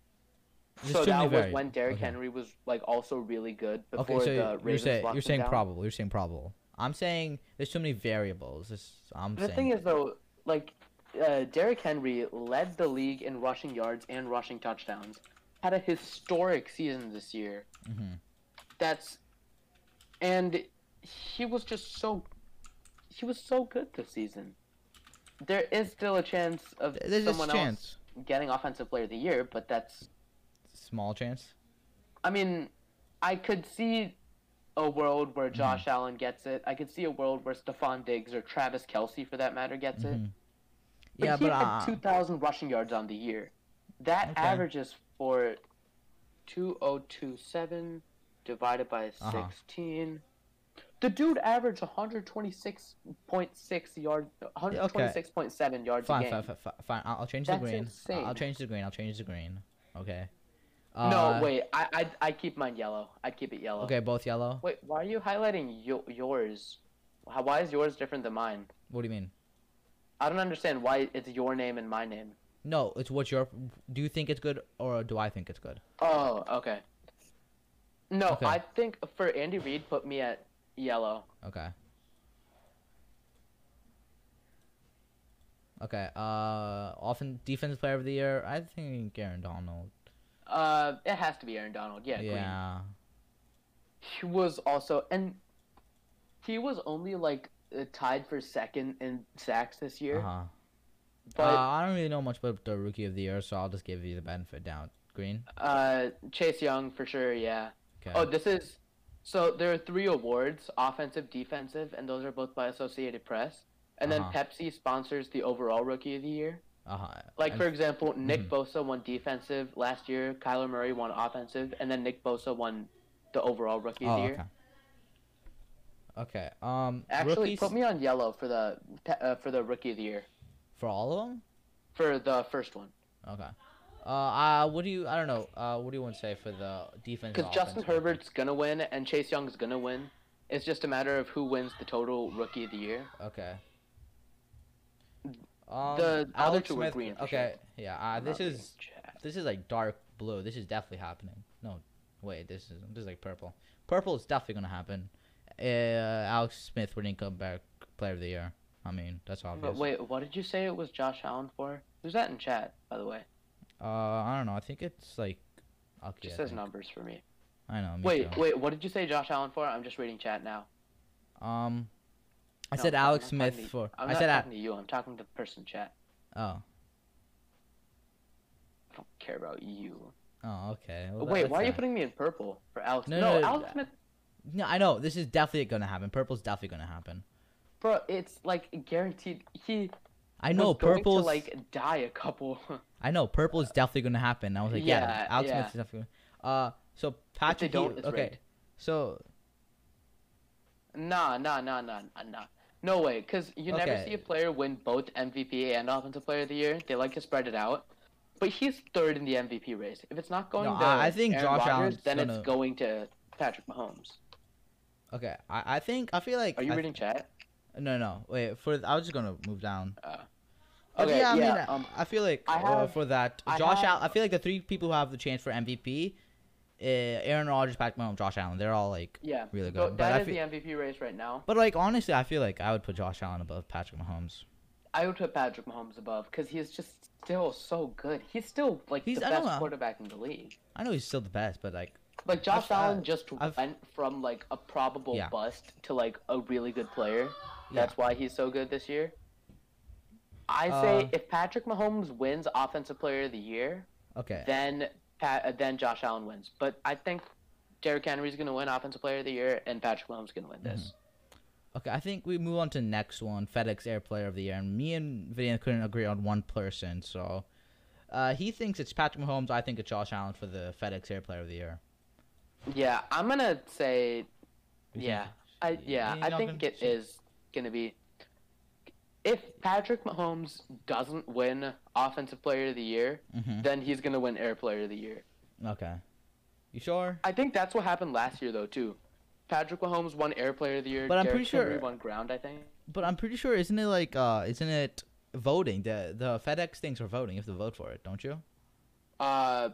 S2: There's
S1: so
S2: too
S1: that
S2: many
S1: was
S2: vari-
S1: when Derrick
S2: okay.
S1: Henry was like also really good before
S2: Okay, so
S1: the
S2: you- you're
S1: Ravens
S2: saying
S1: locked
S2: you're
S1: him
S2: saying
S1: down.
S2: probable. You're saying probable. I'm saying there's too many variables. This I'm
S1: The
S2: saying.
S1: thing is though, like uh, Derrick Henry led the league in rushing yards and rushing touchdowns. Had a historic season this year.
S2: Mhm.
S1: That's and he was just so he was so good this season. There is still a chance of
S2: Th- there's
S1: someone
S2: a chance,
S1: else getting offensive player of the year, but that's
S2: small chance.
S1: I mean, I could see a world where
S2: Mm-hmm.
S1: Josh Allen gets it. I could see a world where Stephon Diggs or Travis Kelsey, for that matter, gets it.
S2: Mhm. Yeah,
S1: he
S2: but
S1: had
S2: uh,
S1: 2,000 rushing yards on the year. That
S2: Okay.
S1: averages for 2027 divided by
S2: Uh-huh.
S1: 16. The dude averaged 126.6 yards, 126.7 yards a
S2: fine,
S1: game.
S2: fine, fine, fine, fine. I'll I'll change the
S1: That's
S2: green. I'll- I'll
S1: insane.
S2: change the green. I'll change the green. Okay.
S1: No,
S2: Uh,
S1: wait, I, I I keep mine yellow. I'd keep it yellow.
S2: Okay, both yellow.
S1: Wait, why are you highlighting yo- yours? How, why is yours different than mine?
S2: What do you mean?
S1: I don't understand why it's your name and my name.
S2: No, it's what your. Do you think it's good or do I think it's good?
S1: Oh, okay. No,
S2: Okay.
S1: I think for Andy Reid, put me at yellow.
S2: Okay. Okay. Uh, often defensive player of the year. I think Aaron Donald.
S1: Uh, it has to be Aaron Donald. Yeah, green.
S2: Yeah.
S1: He was also, and he was only like uh, tied for second in sacks this year.
S2: Uh huh.
S1: But
S2: uh, I don't really know much about the rookie of the year, so I'll just give you the benefit down. Green.
S1: uh, Chase Young for sure. Yeah.
S2: Okay.
S1: Oh, this is. So there are three awards: offensive, defensive, and those are both by Associated Press. And
S2: Uh-huh.
S1: then Pepsi sponsors the overall Rookie of the Year.
S2: uh huh.
S1: Like for example, Nick
S2: Mm-hmm.
S1: Bosa won defensive last year. Kyler Murray won offensive, and then Nick Bosa won the overall Rookie of
S2: Oh,
S1: the Year.
S2: okay. Okay. Um.
S1: Actually,
S2: rookies
S1: put me on yellow for the pe- uh, for the Rookie of the Year
S2: for all of them.
S1: for the first one
S2: Okay. Uh, uh, what do you? I don't know. Uh, what do you want to say for the defense?
S1: because Justin Herbert's gonna win and Chase Young's gonna win. It's just a matter of who wins the total Rookie of the Year.
S2: Okay. Um,
S1: the other
S2: Alex
S1: two are
S2: Smith.
S1: green for sure.
S2: okay. Yeah. Uh, this
S1: Not really
S2: is
S1: Jack.
S2: this is like dark blue. This is definitely happening. No, wait. This is this is like purple. Purple is definitely gonna happen. Uh, Alex Smith winning comeback player of the year. I mean, that's obvious.
S1: But wait, what did you say it was Josh Allen for? Who's that in chat, by the way?
S2: Uh, I don't know. I think it's like. Okay.
S1: Just
S2: I
S1: says
S2: think.
S1: numbers for me.
S2: I know. Me
S1: wait,
S2: too.
S1: wait, what did you say Josh Allen for? I'm just reading chat now.
S2: Um, I
S1: No,
S2: said
S1: I'm
S2: Alex
S1: not talking
S2: Smith
S1: to you.
S2: for.
S1: I'm
S2: I
S1: not
S2: said
S1: talking to you. I'm talking to the person chat.
S2: A- oh.
S1: I don't care about you.
S2: Oh, okay. Well,
S1: wait,
S2: that's
S1: why are you
S2: not-
S1: putting me in purple for Alex?
S2: No,
S1: No,
S2: no,
S1: Alex
S2: uh,
S1: Smith,
S2: No, I know this is definitely gonna happen. Purple's definitely gonna happen.
S1: bro. It's like guaranteed. He
S2: I know
S1: was going to,
S2: purple's. Like...
S1: like die a couple.
S2: I know purple's definitely gonna happen. I was like, yeah,
S1: Yeah,
S2: Alex
S1: yeah.
S2: Smith's definitely. Gonna... Uh, so Patrick.
S1: don't,
S2: Ewing-
S1: it's
S2: okay,
S1: rigged.
S2: so
S1: nah, nah, nah, nah, nah, nah. No way, because you never
S2: Okay.
S1: see a player win both MVP and Offensive Player of the Year. They like to spread it out. But he's third in the MVP race. If it's not going
S2: No,
S1: to
S2: I- I think
S1: Aaron
S2: Josh
S1: Rodgers,
S2: Allen's
S1: then
S2: gonna-
S1: it's going to Patrick Mahomes.
S2: Okay, I, I think I feel like
S1: Are you
S2: I-
S1: reading chat?
S2: No, no. Wait, for I was just gonna move down.
S1: Oh.
S2: But
S1: Okay,
S2: yeah, I mean,
S1: yeah,
S2: uh,
S1: um,
S2: I feel like
S1: I
S2: uh,
S1: have-
S2: for that,
S1: I
S2: Josh.
S1: have-
S2: Allen, I feel like the three people who have the chance for MVP, uh, Aaron Rodgers, Patrick Mahomes, Josh Allen. They're all like
S1: Yeah.
S2: really
S1: So
S2: good. but
S1: that
S2: I
S1: is
S2: feel,
S1: the MVP race right now.
S2: but like honestly, I feel like I would put Josh Allen above Patrick Mahomes.
S1: I would put Patrick Mahomes above because he is just still so good. He's still like
S2: He's-
S1: the
S2: I don't
S1: best
S2: know.
S1: quarterback in the league.
S2: I know he's still the best, but like
S1: Like Josh
S2: I've- I-
S1: Allen just
S2: I've-
S1: went from like a probable
S2: Yeah.
S1: bust to like a really good player.
S2: Yeah.
S1: That's why he's so good this year. I
S2: Uh,
S1: say if Patrick Mahomes wins Offensive Player of the Year,
S2: okay,
S1: then Pat, uh, then Josh Allen wins. But I think Derrick Henry's gonna win Offensive Player of the Year, and Patrick Mahomes gonna win this.
S2: Mm-hmm. okay. I think we move on to next one. FedEx Air Player of the Year, and me and Vidian couldn't agree on one person, so. Uh, he thinks it's Patrick Mahomes. I think it's Josh Allen for the FedEx Air Player of the Year.
S1: Yeah, I'm gonna say
S2: You think-
S1: yeah. I yeah,
S2: you're
S1: I
S2: not
S1: think
S2: gonna-
S1: it is gonna be. If Patrick Mahomes doesn't win Offensive Player of the Year,
S2: Mhm.
S1: then he's gonna win Air Player of the Year.
S2: Okay. You sure?
S1: I think that's what happened last year though too. Patrick Mahomes won Air Player of the Year.
S2: But I'm
S1: Derrick
S2: pretty sure-
S1: Henry won Ground. I think.
S2: But I'm pretty sure isn't it like uh isn't it voting? The the FedEx things are voting. You have to vote for it, don't you?
S1: Uh,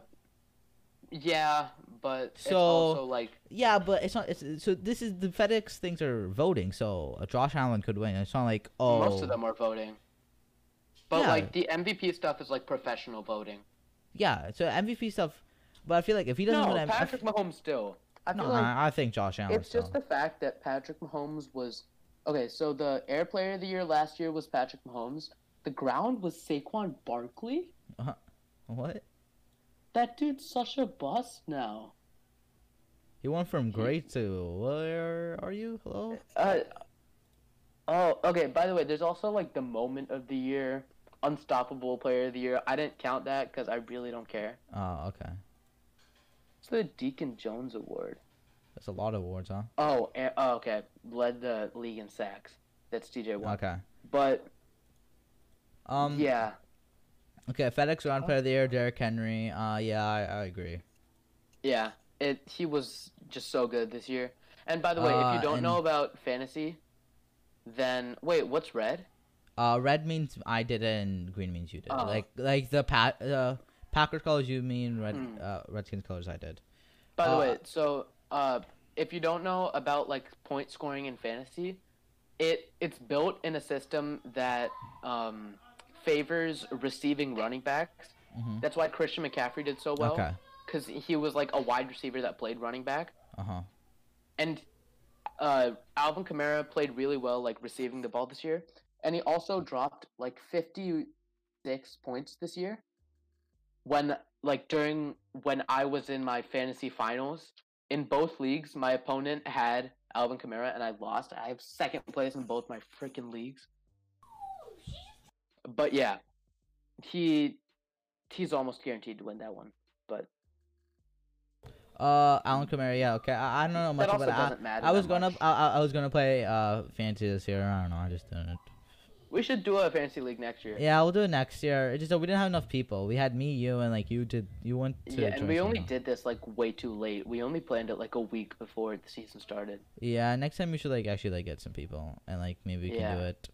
S1: yeah, but it's
S2: So-
S1: also like
S2: Yeah, but it's not. It's, so this is the FedEx things are voting. So uh, Josh Allen could win. It's not like oh.
S1: most of them are voting. But
S2: Yeah.
S1: like the MVP stuff is like professional voting.
S2: Yeah. So MVP stuff. But I feel like if he doesn't
S1: No,
S2: win, M- I f-
S1: Patrick Mahomes still. I feel
S2: no,
S1: like
S2: I I think Josh Allen.
S1: It's just
S2: still.
S1: the fact that Patrick Mahomes was okay. So the Air Player of the Year last year was Patrick Mahomes. The ground was Saquon Barkley.
S2: what
S1: That dude's such a bust now.
S2: he went from great to where are you? Hello.
S1: Uh, oh, okay. By the way, there's also like the moment of the year, Unstoppable Player of the Year. I didn't count that because I really don't care.
S2: Oh, okay.
S1: It's the Deacon Jones Award.
S2: That's a lot of awards, huh?
S1: Oh, and, oh okay. Led the league in sacks. That's DJ Watt.
S2: Okay.
S1: But
S2: Um.
S1: yeah, Oh.
S2: Okay. FedEx round player of the year, Derrick Henry. Uh. Yeah, I, I agree.
S1: Yeah, it he was just so good this year. And by the way, if
S2: Uh,
S1: you don't know
S2: and-
S1: about fantasy, then wait, what's red?
S2: Uh, red means I did it, and green means you did. it.
S1: Oh.
S2: Like like the pat uh, Packers colors you mean red
S1: Mm.
S2: uh, Redskins colors I did.
S1: By the
S2: Uh,
S1: way, so uh, if you don't know about like point scoring in fantasy, it it's built in a system that um, favors receiving running backs.
S2: Mhm.
S1: That's why Christian McCaffrey did so
S2: okay.
S1: well because he was like a wide receiver that played running back.
S2: Uh huh.
S1: and uh, Alvin Kamara played really well, like receiving the ball this year, and he also dropped like fifty six points this year. When like during when I was in my fantasy finals in both leagues, my opponent had Alvin Kamara, and I lost. I have second place in both my freaking leagues. But yeah, he he's almost guaranteed to win that one. But
S2: Uh, Alan Kamara. Yeah. Okay. I, I don't know much
S1: that also
S2: about it.
S1: doesn't matter.
S2: I, I was
S1: that
S2: gonna
S1: much.
S2: I, I- I was gonna play uh fantasy this year. I don't know. I just didn't.
S1: We should do a fantasy league next year.
S2: Yeah, we'll do it next year. It's just that we didn't have enough people. We had me, you, and like you did. You went to.
S1: Yeah, and
S2: join
S1: we only
S2: someone.
S1: did this like way too late. We only planned it like a week before the season started.
S2: Yeah. Next time we should like actually like get some people and like maybe we can
S1: Yeah.
S2: do it.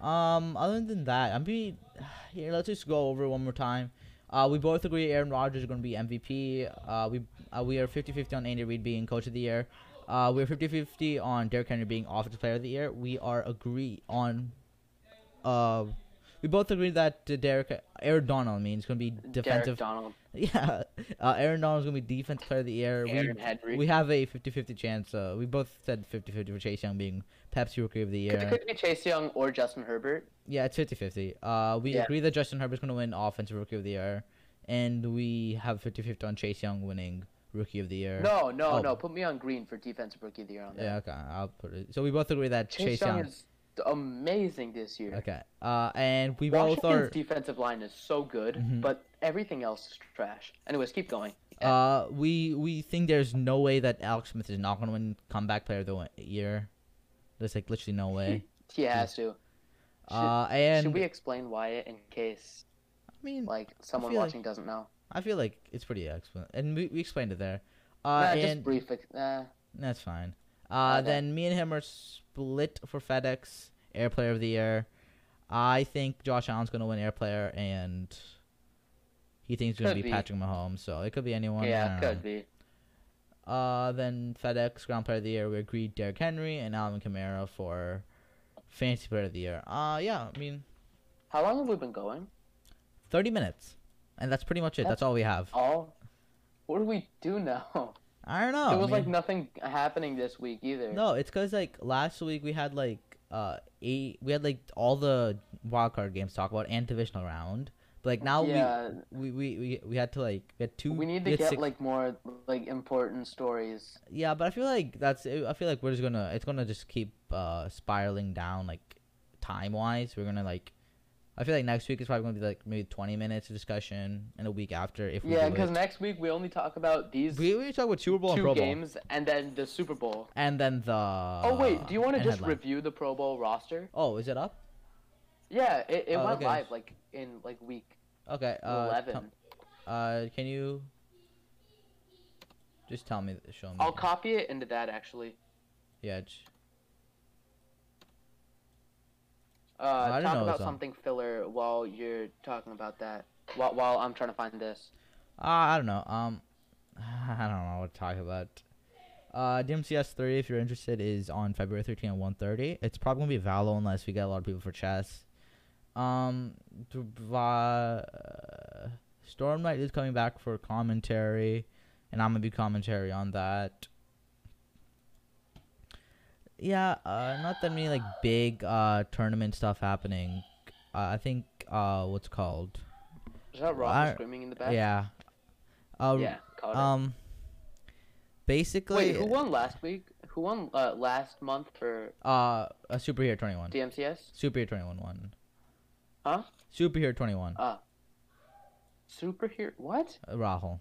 S2: Um, other than that, I'm be here. Let's just go over one more time. Uh, we both agree Aaron Rodgers is going to be MVP. Uh, we uh, we are 50-50 on Andy Reid being coach of the year. Uh, we're 50-50 on Derrick Henry being offensive player of the year. We are agree on. Uh, we both agree that uh, Derrick Aaron Donald means going to be defensive.
S1: Derek Donald,
S2: yeah, uh, Aaron Donald is going to be defensive player of the year.
S1: Aaron
S2: we,
S1: Henry.
S2: we have a 50-50 chance. Uh, we both said 50-50 for Chase Young being Pepsi Rookie of the
S1: Could- It
S2: Year.
S1: could be Chase Young or Justin Herbert.
S2: Yeah, it's 50 50. Uh, we
S1: Yeah.
S2: agree that Justin Herbert's going to win Offensive Rookie of the Year, and we have 50 50 on Chase Young winning Rookie of the Year.
S1: No, no,
S2: Oh.
S1: no. Put me on green for defensive rookie of the year on that.
S2: Yeah, okay. I'll put it. So we both agree that
S1: Chase, Young, is amazing this year.
S2: Okay. Uh, and we both
S1: Washington's
S2: are. Mm-hmm.
S1: defensive line is so good, but everything else is trash. Anyways, keep going.
S2: Uh, we we think there's no way that Alex Smith is not going to win Comeback Player of the Wa- Year. There's like literally no way.
S1: He has to. Should,
S2: Uh, and
S1: should we explain why in case
S2: I mean,
S1: like someone
S2: feel like-
S1: watching doesn't know.
S2: I feel like it's pretty excellent, and we, we explained it there.
S1: Nah,
S2: Uh,
S1: just
S2: and
S1: brief. ex- Uh,
S2: that's fine. Uh,
S1: Okay.
S2: then me and him are split for FedEx Air Player of the Year. I think Josh Allen's gonna win Air Player, and he thinks it's gonna
S1: Could
S2: be,
S1: be.
S2: Patrick Mahomes. So it could be anyone. I
S1: yeah,
S2: don't know.
S1: could be.
S2: Uh, then FedEx Ground Player of the Year, we agreed Derrick Henry and Alvin Kamara for Fantasy Player of the Year. Uh, yeah, I mean,
S1: How long have we been going?
S2: 30 minutes. And that's pretty much it.
S1: That's-
S2: That's all we have.
S1: All. What do we do now?
S2: I don't know.
S1: there was
S2: I mean,
S1: like nothing happening this week either.
S2: no, it's because, like, last week we had, like, uh, eight, we had, like, all the wildcard games to talk about and divisional round. But, like, now
S1: yeah,
S2: we, we, we, we, we had to, like, get two.
S1: we need to
S2: had
S1: get
S2: six-
S1: like more like important stories.
S2: Yeah, but I feel like that's, it, I feel like we're just gonna, it's gonna just keep, uh, spiraling down, like, time wise. We're gonna, like, I feel like next week is probably gonna be, like, maybe 20 minutes of discussion and a week after if we
S1: Yeah,
S2: do
S1: because
S2: it.
S1: next week we only talk about these
S2: We, we talk about Super Bowl and
S1: two
S2: Pro Bowl.
S1: games and then the Super Bowl.
S2: And then the.
S1: oh wait, do you want to
S2: and
S1: just
S2: headline.
S1: review the Pro Bowl roster?
S2: Oh, is it up?
S1: Yeah, it, it
S2: Oh,
S1: went
S2: okay.
S1: live like in like week
S2: Okay. Uh,
S1: eleven.
S2: tell- uh, can you? Just tell me. Show me.
S1: I'll copy it into that actually.
S2: Yeah. j- I
S1: Uh,
S2: didn't know
S1: talk
S2: it was
S1: about
S2: on.
S1: something filler while you're talking about that. While while I'm trying to find this.
S2: Uh, I don't know. Um, I don't know what to talk about. Uh, DMCS three, if you're interested, is on February 13 at 1:30. It's probably gonna be Valo unless we get a lot of people for chess. Um, d- va- Storm Knight is coming back for commentary, and I'm gonna be commentary on that. Yeah, uh, not that many like big uh tournament stuff happening. Uh, I think uh, what's it called?
S1: Is that Rob
S2: I-
S1: screaming in the back?
S2: Yeah. Uh,
S1: Yeah. caught it.
S2: um. Basically,
S1: Wait, who won last week? Who won uh, last month for
S2: uh, a superhero twenty one.
S1: DMCS?
S2: Superhero twenty one won.
S1: Huh?
S2: Superhero twenty one.
S1: Superhero? What?
S2: Uh, Rahul.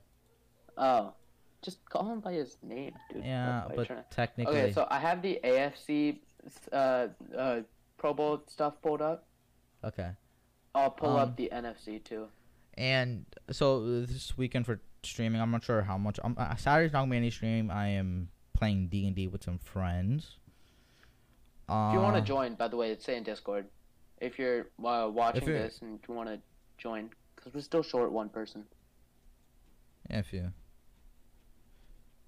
S1: Oh, just call him by his name, dude.
S2: Yeah,
S1: That's why you're
S2: but
S1: trying to-
S2: technically,
S1: okay. So I have the AFC uh, uh, Pro Bowl stuff pulled up.
S2: okay.
S1: I'll pull
S2: Um,
S1: up the NFC too.
S2: And so this weekend for streaming, I'm not sure how much. I'm, uh, Saturday's not gonna be any stream. I am playing D and D with some friends. Uh,
S1: If you want to join, by the way, it's in Discord. If you're uh, watching
S2: you're-
S1: this and you want to join, because we're still short one person.
S2: if you.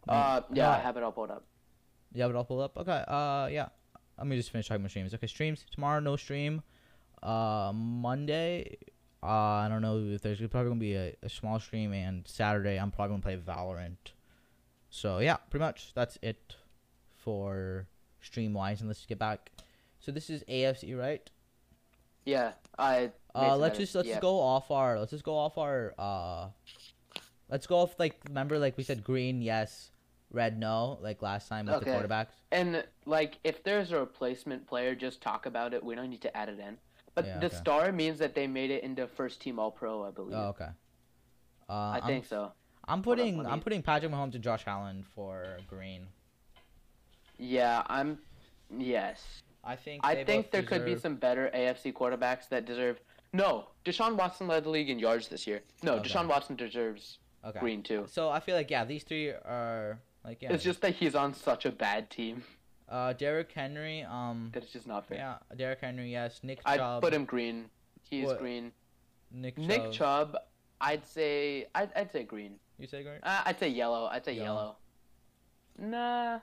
S1: Uh, yeah, I
S2: Mm. no.
S1: have it all pulled up.
S2: Yeah, but I'll pull up. Okay. Uh, yeah. Let me just finish talking about streams. Okay, streams tomorrow. No stream. Uh, Monday. Uh, I don't know if there's probably gonna be a, a small stream, and Saturday I'm probably gonna play Valorant. So yeah, pretty much that's it for stream wise. And let's get back. So this is AFC, right?
S1: Yeah, I. made
S2: Uh,
S1: some
S2: let's
S1: edits.
S2: just let's
S1: Yeah.
S2: just go off our let's just go off our uh, let's go off like remember like we said green yes, red no like last time with
S1: Okay.
S2: the quarterbacks.
S1: And like, if there's a replacement player, just talk about it. We don't need to add it in. But
S2: Yeah,
S1: the
S2: okay.
S1: star means that they made it into first team All Pro, I believe.
S2: Oh, okay. Uh,
S1: I
S2: I'm-
S1: think so.
S2: I'm
S1: Hold up,
S2: putting
S1: let
S2: I'm
S1: me-
S2: putting Patrick Mahomes and Josh Allen for Green.
S1: Yeah, I'm. Yes,
S2: I think
S1: I
S2: they
S1: think
S2: both
S1: there could be
S2: deserve-
S1: some better AFC quarterbacks that deserve. No, Deshaun Watson led the league in yards this year. No,
S2: Okay.
S1: Deshaun Watson deserves
S2: okay.
S1: green too.
S2: So I feel like yeah, these three are like yeah.
S1: It's just that he's on such a bad team
S2: uh Derrick Henry um
S1: that it's just not fair.
S2: yeah Derrick Henry yes Nick
S1: I'd
S2: Chubb
S1: put him green. He's
S2: What?
S1: green.
S2: Nick Chubb,
S1: Nick Chubb, I'd say I'd, I'd say green.
S2: you say green
S1: Uh, I'd say yellow. I'd say
S2: Yellow.
S1: yellow. Nah,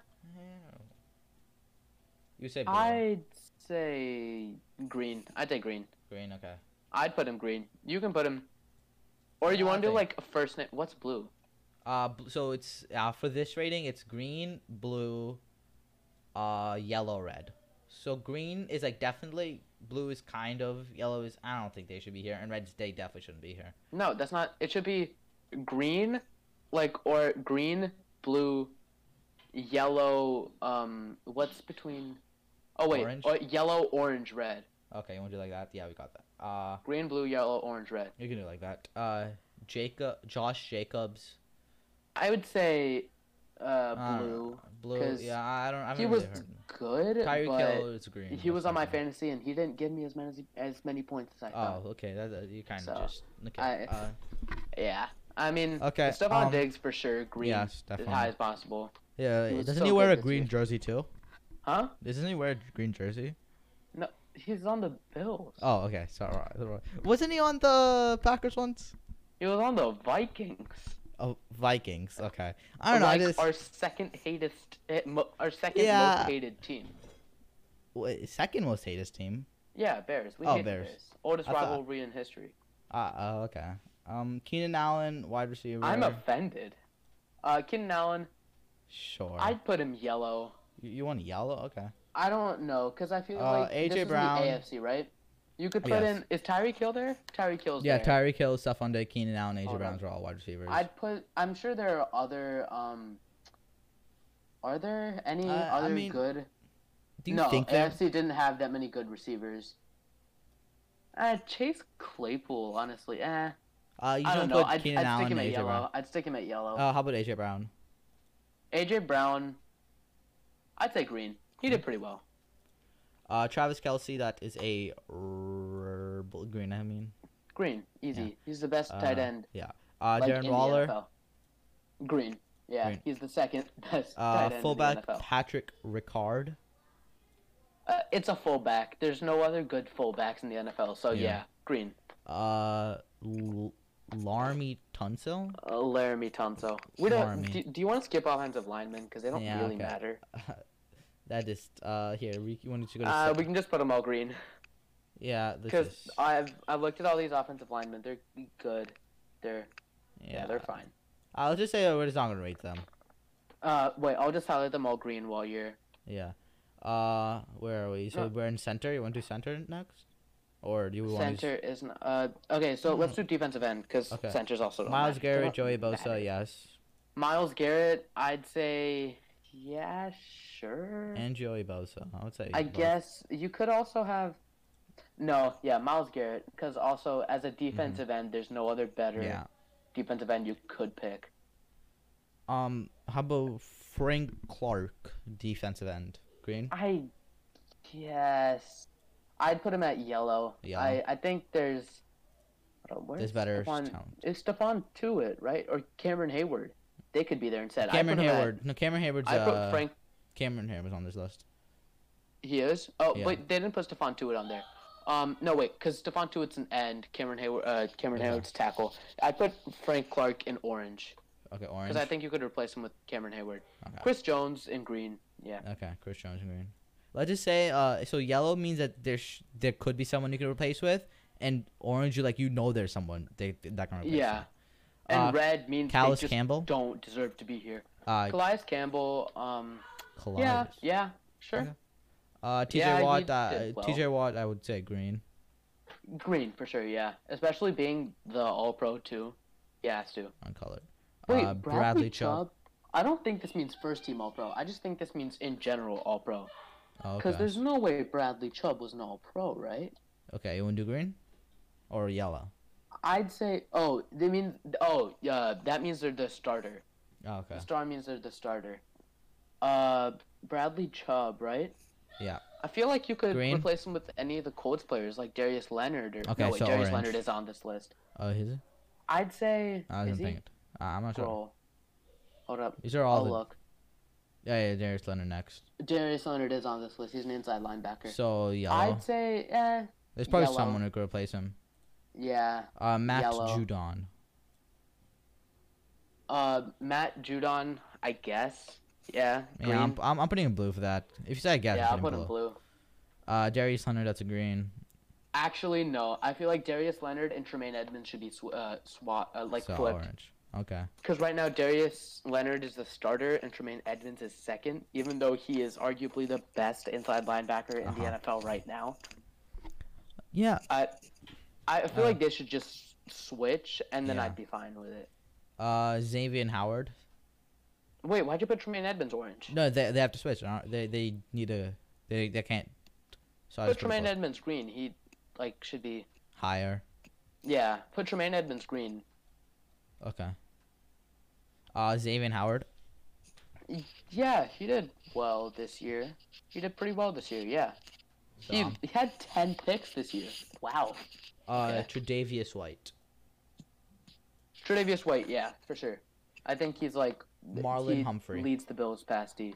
S2: you say blue.
S1: I'd say green. I'd say green.
S2: green okay
S1: I'd put him green. You can put him. Or you
S2: Yeah, I
S1: want to do
S2: think-
S1: like a first name? What's blue?
S2: uh bl- so it's uh for this rating it's green blue uh yellow red so green is like definitely blue is kind of yellow is I don't think they should be here and red's they definitely shouldn't be here
S1: No, that's not. It should be green, like or green, blue, yellow. Um, what's between? Oh wait,
S2: Orange?
S1: Or yellow, orange, red.
S2: Okay, you want to do like that? Yeah, we got that. Uh,
S1: Green, blue, yellow, orange, red.
S2: you can do it like that. Uh, Jacob, Josh Jacobs.
S1: I would say uh,
S2: I don't
S1: blue.
S2: know. Blue.
S1: 'cause
S2: Yeah, I don't. I
S1: He
S2: haven't
S1: was
S2: really heard.
S1: good,
S2: Tyreek
S1: but
S2: Hill is green.
S1: he was
S2: Mm, that's
S1: on my
S2: what I
S1: fantasy and he didn't give me as many as many points as I
S2: know.
S1: thought.
S2: Oh, okay. That, that you kind of
S1: So,
S2: just okay.
S1: I-
S2: uh,
S1: Yeah, I mean,
S2: Okay,
S1: Stephon
S2: um,
S1: Diggs for sure. Green,
S2: yeah,
S1: as
S2: Stephon.
S1: high as possible.
S2: yeah.
S1: he was
S2: doesn't
S1: so
S2: he
S1: good
S2: wear a
S1: this
S2: green
S1: year.
S2: jersey too?
S1: Huh?
S2: Doesn't he wear a green jersey?
S1: He's on the Bills.
S2: Oh, okay. Sorry. right, right. Wasn't he on the Packers once?
S1: He was on the Vikings.
S2: Oh, Vikings. Okay. I don't know. I
S1: Like,
S2: just
S1: our second hated, eh, mo- our second
S2: Yeah.
S1: most hated team.
S2: wait, second most hatest team.
S1: Yeah, Bears. We
S2: Oh,
S1: hate the
S2: Bears.
S1: Bears. Oldest
S2: I thought-
S1: rivalry in history.
S2: Uh, oh, okay. Um, Keenan Allen, wide receiver.
S1: I'm offended. Uh, Keenan Allen,
S2: sure.
S1: I'd put him yellow.
S2: You, you want yellow? Okay.
S1: I don't know, cause I feel
S2: Uh,
S1: like
S2: AJ
S1: this is
S2: Brown.
S1: the AFC, right? You could put
S2: Yes.
S1: in is Tyreek Hill there? Tyreek Hill's
S2: Yeah,
S1: there.
S2: Tyreek Hill, Stephon Diggs, Keenan Allen, AJ
S1: Hold on.
S2: Brown's are all wide receivers.
S1: I'd put. I'm sure there are other. Um, are there any
S2: Uh, I
S1: other
S2: mean,
S1: good?
S2: Do you
S1: no,
S2: think that?
S1: AFC didn't have that many good receivers. Uh, Chase Claypool, honestly, eh.
S2: Uh, you
S1: I don't
S2: don't
S1: know.
S2: put
S1: I'd,
S2: Keenan
S1: I'd stick
S2: Allen
S1: him
S2: and
S1: at
S2: AJ
S1: yellow.
S2: Brown.
S1: I'd stick him at yellow.
S2: Uh, how about AJ Brown?
S1: AJ Brown, I'd say green. He
S2: Hmm.
S1: did pretty well.
S2: Uh, Travis Kelsey, that is a r- bl- green. I mean,
S1: Green, easy.
S2: Yeah.
S1: He's the best tight
S2: Uh,
S1: end.
S2: yeah. Uh,
S1: like, in
S2: Darren
S1: the
S2: Waller,
S1: NFL. Green. Yeah,
S2: Green.
S1: he's the second best tight
S2: uh,
S1: end in
S2: fullback
S1: the NFL.
S2: Patrick Ricard.
S1: Uh, it's a fullback. There's no other good fullbacks in the NFL. So
S2: Yeah.
S1: yeah, green.
S2: Uh, L- Larmy Tunsil.
S1: Uh, Laramie Tonso. We don't.
S2: Laramie.
S1: Do, do you want to skip offensive linemen because they don't
S2: Yeah,
S1: really
S2: okay.
S1: matter?
S2: That is uh here. We you wanted to go to
S1: Uh,
S2: sec-
S1: we can just put them all green
S2: yeah. This
S1: because
S2: is
S1: I've I've looked at all these offensive linemen. They're good. They're yeah,
S2: yeah.
S1: they're fine.
S2: Uh, let's just say uh, we're just not gonna rate them.
S1: Uh, wait, I'll just highlight them all green while you're.
S2: Yeah. Uh, where are we? So
S1: No.
S2: we're in center. You want to do center next, or do you want
S1: Center is n- uh okay. So let's do defensive end because
S2: Hmm. Okay.
S1: centers also
S2: to?
S1: don't
S2: Miles
S1: matter. They
S2: Garrett,
S1: don't
S2: Joey Bosa.
S1: matter.
S2: Yes.
S1: Miles Garrett, I'd say yeah, sure.
S2: And Joey Bosa. I would say.
S1: I
S2: both.
S1: guess you could also have. No, yeah, Miles Garrett, because also as a defensive end, there's no other better
S2: Mm-hmm. Yeah.
S1: defensive end you could pick.
S2: Um. How about Frank Clark, defensive end, green?
S1: I guess I'd put him at yellow.
S2: Yellow.
S1: I, I think there's. hold on, where's
S2: There's better
S1: Stephon,
S2: talent.
S1: is Stephon Tuitt right or Cameron Hayward? They could be there instead.
S2: Cameron
S1: I put him at-
S2: Hayward. no, Cameron Hayward's.
S1: I put
S2: uh,
S1: Frank.
S2: Cameron Hayward's on this list.
S1: He is. Oh,
S2: Yeah.
S1: but they didn't put Stephon Tuitt on there. Um, no wait, because Stephon Tuitt's an end. Cameron Hayward. Uh, Cameron
S2: Okay.
S1: Hayward's tackle. I put Frank Clark in orange.
S2: Okay, orange.
S1: Because I think you could replace him with Cameron Hayward.
S2: Okay.
S1: Chris Jones in green. Yeah.
S2: Okay, Chris Jones and Green. Let's just say, uh, so yellow means that there sh- there could be someone you could replace with, and orange you like you know there's someone they that can replace.
S1: Yeah.
S2: them.
S1: And
S2: Uh,
S1: red means they
S2: Calais
S1: just
S2: Campbell.
S1: don't deserve to be here.
S2: Uh,
S1: Calais Campbell. Um.
S2: Calais.
S1: Yeah. Yeah. Sure.
S2: Okay. Uh, TJ
S1: Yeah, he
S2: Watt.
S1: did
S2: Uh,
S1: well.
S2: TJ Watt. I would say green.
S1: Green for sure. Yeah. Especially being the All Pro too. Yeah, has
S2: Uh,
S1: to.
S2: Uncolored.
S1: Wait,
S2: uh,
S1: Bradley, Chubb. I don't think this means first team All Pro. I just think this means in general All Pro.
S2: Oh,
S1: Because
S2: okay.
S1: there's no way Bradley Chubb was an All Pro, right?
S2: Okay, you want to do green, or yellow?
S1: I'd say. Oh, they mean. Oh, yeah. That means they're the starter.
S2: Oh, okay.
S1: The star means they're the starter. Uh, Bradley Chubb, right?
S2: Yeah.
S1: I feel like you could
S2: Green?
S1: replace him with any of the Colts players, like Darius Leonard. Or
S2: Okay,
S1: no, wait,
S2: so
S1: Darius
S2: orange.
S1: Leonard is on this list.
S2: Oh, is it?
S1: I'd say
S2: I
S1: is
S2: wasn't
S1: he?
S2: thinking. Uh, I'm not sure.
S1: Roll. Hold up,
S2: These are
S1: I'll
S2: all. The,
S1: look.
S2: yeah, yeah. Darius Leonard next.
S1: Darius Leonard is on this list. He's an inside linebacker.
S2: So yellow.
S1: I'd say, eh,
S2: There's probably
S1: yellow.
S2: someone who could replace him.
S1: yeah.
S2: Uh, Max
S1: Yellow.
S2: Judon.
S1: Uh, Matt Judon, I guess. Yeah, green.
S2: Yeah, I'm, I'm, I'm putting in blue for that. If you say I guess,
S1: yeah, I'll
S2: I'm
S1: put
S2: putting
S1: him
S2: blue.
S1: blue.
S2: Uh, Darius Leonard, that's a green.
S1: Actually, no. I feel like Darius Leonard and Tremaine Edmonds should be sw- uh, swat uh, like
S2: so
S1: flipped.
S2: orange. Okay.
S1: Because right now Darius Leonard is the starter and Tremaine Edmonds is second, even though he is arguably the best inside linebacker in
S2: Uh-huh.
S1: the NFL right now.
S2: Yeah.
S1: I I feel
S2: Uh.
S1: like they should just switch, and then
S2: Yeah.
S1: I'd be fine with it.
S2: Uh, Xavier and Howard.
S1: Wait, why'd you put Tremaine Edmonds orange?
S2: No, they, they have to switch. uh, They they need to. They they can't. So I
S1: put
S2: just put
S1: Tremaine
S2: both
S1: Edmonds green. He like should be
S2: higher.
S1: yeah. Put Tremaine Edmonds green.
S2: Okay. Uh, Xavier and Howard.
S1: Yeah, he did well this year. He did pretty well this year. Yeah, he,
S2: Dom.
S1: he had ten picks this year. Wow.
S2: Uh,
S1: Yeah.
S2: Tre'Davious White,
S1: Tre'Davious White, yeah, for sure. I think he's like
S2: Marlon
S1: he
S2: Humphrey.
S1: leads the Bills past D.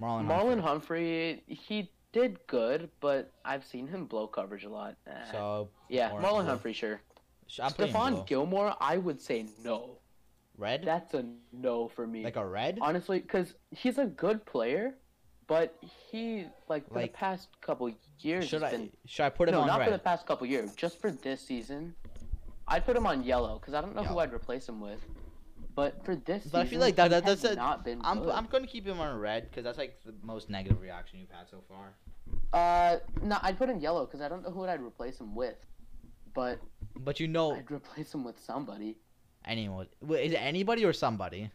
S2: Marlon.
S1: Marlon
S2: Humphrey.
S1: Humphrey, he did good, but I've seen him blow coverage a lot. Eh.
S2: So
S1: yeah,
S2: or-
S1: Marlon
S2: or-
S1: Humphrey, sure.
S2: sh- I'm putting him
S1: Stephon
S2: below.
S1: Gilmore, I would say no.
S2: red,
S1: That's a no for me.
S2: like a red.
S1: Honestly, because he's a good player, but he like for
S2: Like,
S1: the past couple years
S2: Should
S1: has
S2: I
S1: been
S2: should I put him
S1: no,
S2: on
S1: not for the
S2: red?
S1: past couple years, just for this season. I'd put him on yellow because I don't know who
S2: Yellow.
S1: I'd replace him with. But for this,
S2: But I
S1: season,
S2: feel like that-
S1: he
S2: that-
S1: has
S2: that's a-
S1: not been
S2: I'm
S1: good.
S2: I'm gonna keep him on red because that's like the most negative reaction you've had so far.
S1: Uh, no, I'd put him yellow because I don't know who I'd replace him with. But
S2: But you know,
S1: I'd replace him with somebody.
S2: anyone Wait, is it anybody or somebody?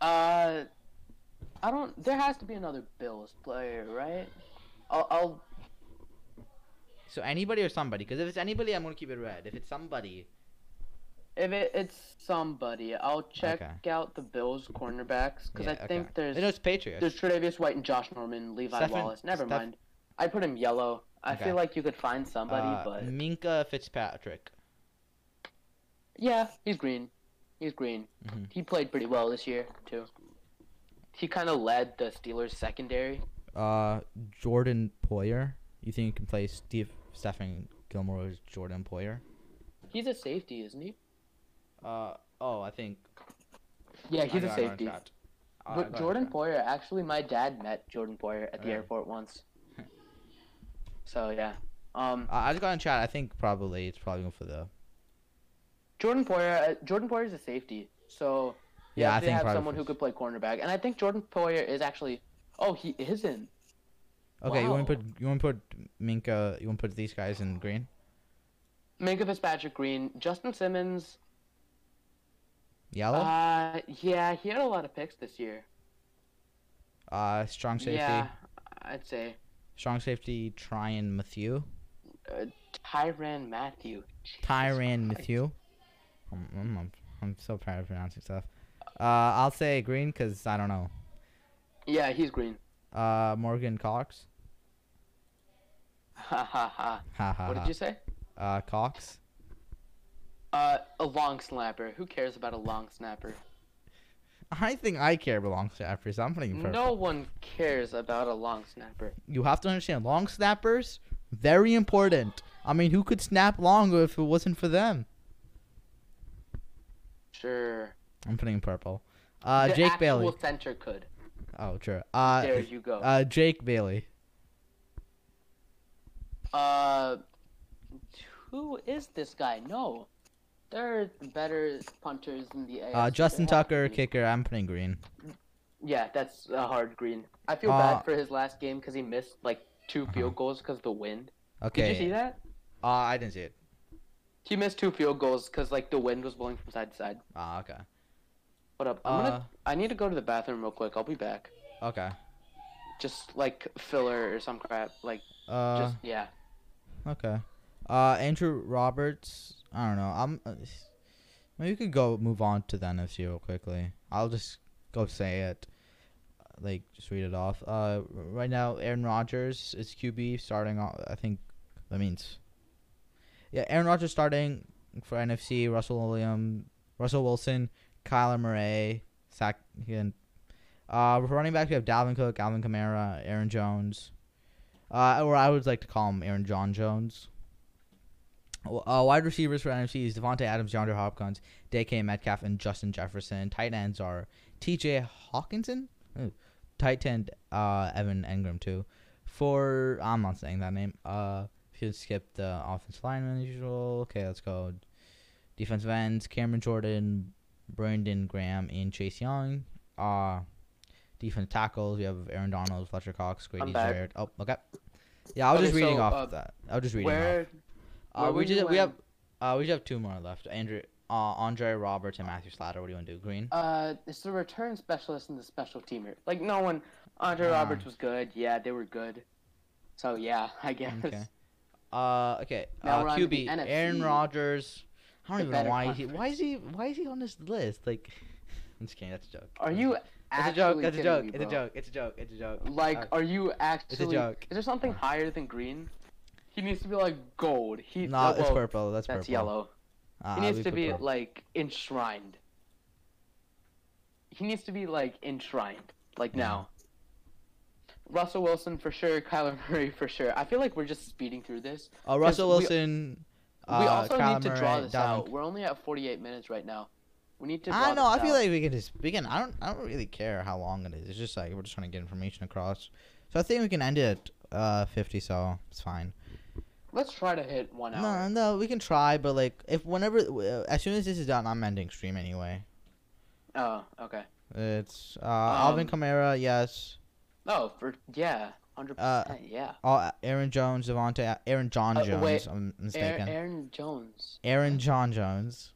S1: Uh, I don't. There has to be another Bills player, right? I'll. I'll
S2: So anybody or somebody? Because if it's anybody, I'm gonna keep it red. If it's somebody,
S1: if it, it's somebody, I'll check
S2: Okay.
S1: out the Bills cornerbacks because
S2: yeah,
S1: I think
S2: okay.
S1: there's
S2: no, it's Patriots.
S1: there's Tre'Davious White and Josh Norman, Levi
S2: Stephen-
S1: Wallace. Never
S2: Steph-
S1: mind. I'd put him yellow. I
S2: Okay.
S1: feel like you could find somebody,
S2: Uh,
S1: but
S2: Minka Fitzpatrick.
S1: yeah, he's green. He's green.
S2: Mhm.
S1: He played pretty well this year too. He kind of led the Steelers secondary.
S2: Uh, Jordan Poyer. You think you can play Steve Stephen Gilmore as Jordan Poyer?
S1: He's a safety, isn't he?
S2: Uh oh, I think
S1: Yeah,
S2: I
S1: he's a
S2: got it on
S1: safety.
S2: chat. Uh, I got it
S1: But
S2: on
S1: Jordan
S2: chat.
S1: Poyer, actually, my dad met Jordan Poyer at the
S2: Really?
S1: airport once. so yeah, um,
S2: Uh, I just got in chat. I think probably it's probably going for the.
S1: Jordan Poyer, uh, Jordan Poyer is a safety. So
S2: Yeah, I
S1: they
S2: think
S1: have
S2: probably
S1: someone who
S2: first.
S1: could play cornerback, and I think Jordan Poyer is actually. Oh, he isn't.
S2: Okay, you want to
S1: Wow.
S2: put you want to put Minka. You want to put these guys in green.
S1: Minka Fitzpatrick Green, Justin Simmons.
S2: Yellow.
S1: Uh, yeah, he had a lot of picks this year.
S2: Uh, strong safety.
S1: Yeah, I'd say
S2: Strong safety. Tryon Matthew.
S1: Tyran Matthew. Jesus
S2: Tyran
S1: Christ.
S2: Matthew. I'm, I'm, I'm, I'm so proud of pronouncing stuff. Uh, I'll say green because I don't know.
S1: Yeah, he's green.
S2: Uh, Morgan Cox.
S1: Ha ha ha.
S2: Ha ha.
S1: What did
S2: ha.
S1: you say?
S2: Uh, Cox.
S1: Uh, a long snapper. Who cares about a long snapper?
S2: I think I care belongs to after something. For,
S1: No one cares about a long snapper.
S2: You have to understand, long snappers, very important. I mean, who could snap long if it wasn't for them?
S1: Sure.
S2: I'm putting purple. Uh,
S1: the
S2: Jake
S1: actual
S2: Bailey.
S1: center could.
S2: Oh, true. Uh,
S1: There you go.
S2: uh, Jake Bailey.
S1: Uh, who is this guy? No, there are better punters in the AFC.
S2: Uh, Justin
S1: There have to
S2: Tucker,
S1: be.
S2: kicker. I'm putting green.
S1: Yeah, that's a hard green. I feel
S2: Uh, uh-huh.
S1: bad for his last game because he missed like 2 field goals because the wind.
S2: Okay.
S1: Did you see that?
S2: Uh, I didn't see it.
S1: He missed two field goals because like the wind was blowing from side to side.
S2: Ah, okay.
S1: What up? I'm
S2: Uh,
S1: gonna. I need to go to the bathroom real quick. I'll be back.
S2: Okay.
S1: Just like filler or some crap. Like
S2: Uh,
S1: just yeah.
S2: Okay. Uh, Andrew Roberts. I don't know. I'm. Uh, s- maybe we could go move on to the NFC real quickly. I'll just go say it. uh, Like just read it off. Uh, right now Aaron Rodgers is QB starting. Off, I think that means. Yeah, Aaron Rodgers starting for NFC. Russell William, Russell Wilson, Kyler Murray, Sack. and- Uh, for running back we have Dalvin Cook, Alvin Kamara, Aaron Jones. Uh, or I would like to call him Aaron John Jones. W- Uh, wide receivers for NFC is Devontae Adams, DeAndre Hopkins, DK Metcalf, and Justin Jefferson. Tight ends are TJ Hawkinson, Ooh. tight end uh, Evan Engram too. For I'm not saying that name. Uh, if you skip the offensive lineman as usual. Okay, let's go. Defensive ends: Cameron Jordan, Brandon Graham, and Chase Young. Uh, defense tackles: we have Aaron Donald, Fletcher Cox, Grady
S1: back.
S2: Jarrett. Oh, okay. Yeah, I was
S1: Okay,
S2: just reading
S1: so,
S2: off
S1: uh,
S2: that. I was just reading
S1: Where?
S2: off. Uh,
S1: where
S2: we
S1: were
S2: just
S1: you
S2: we
S1: when-
S2: have uh we just have two more left. Andrew, uh, Andre Roberts and Matthew Slatter. What do you want to do? Green.
S1: Uh, it's the return specialist and the special teamer. Like no one. Andre
S2: Ah.
S1: Roberts was good. Yeah, they were good. So yeah, I guess.
S2: Okay. Uh, okay.
S1: Now
S2: Uh,
S1: we're on to the
S2: QB Aaron
S1: NFC.
S2: Rodgers. I don't
S1: The
S2: even know
S1: better
S2: why he why is he why is he on this list? Like, I'm just kidding. That's a joke.
S1: Are you
S3: It's a
S1: actually
S3: joke. It's a
S1: kidding
S3: joke.
S1: me,
S3: It's a
S1: bro.
S3: joke. It's a joke. It's a joke.
S1: Like,
S3: Okay.
S1: are you actually?
S3: joke.
S1: Is there something
S2: Ah.
S1: higher than green? He needs to be like gold. He
S2: nah,
S1: uh,
S2: it's
S1: well,
S2: purple. That's,
S1: That's
S2: purple.
S1: yellow.
S2: Ah,
S1: He
S2: I'll
S1: needs to be
S2: purple.
S1: like enshrined. He needs to be like enshrined, like
S2: Yeah.
S1: now. Russell Wilson for sure, Kyler Murray for sure. I feel like we're just speeding through this.
S2: Oh, Russell
S1: we-
S2: Wilson.
S1: we
S2: uh,
S1: also
S2: Kyler
S1: need to draw
S2: Murray,
S1: this
S2: Dalvin
S1: out. We're only at 48 minutes right now. We need to. Draw
S2: I know.
S1: This
S2: I feel
S1: out.
S2: like we can just we can. I don't. I don't really care how long it is. It's just like we're just trying to get information across. So I think we can end it at uh, fifty. So it's fine.
S1: let's try to hit one hour.
S2: No, no, we can try, but like if whenever uh, as soon as this is done, I'm ending stream anyway.
S1: Oh, okay.
S2: It's uh, Alvin
S1: Um,
S2: Kamara, yes.
S1: Oh, for yeah, hundred percent, yeah.
S2: Oh, Aaron Jones, Devontae, Aaron John
S1: Uh,
S2: Jones.
S1: wait,
S2: I'm
S1: Aaron,
S2: mistaken. Aaron,
S1: Aaron Jones.
S2: John Jones.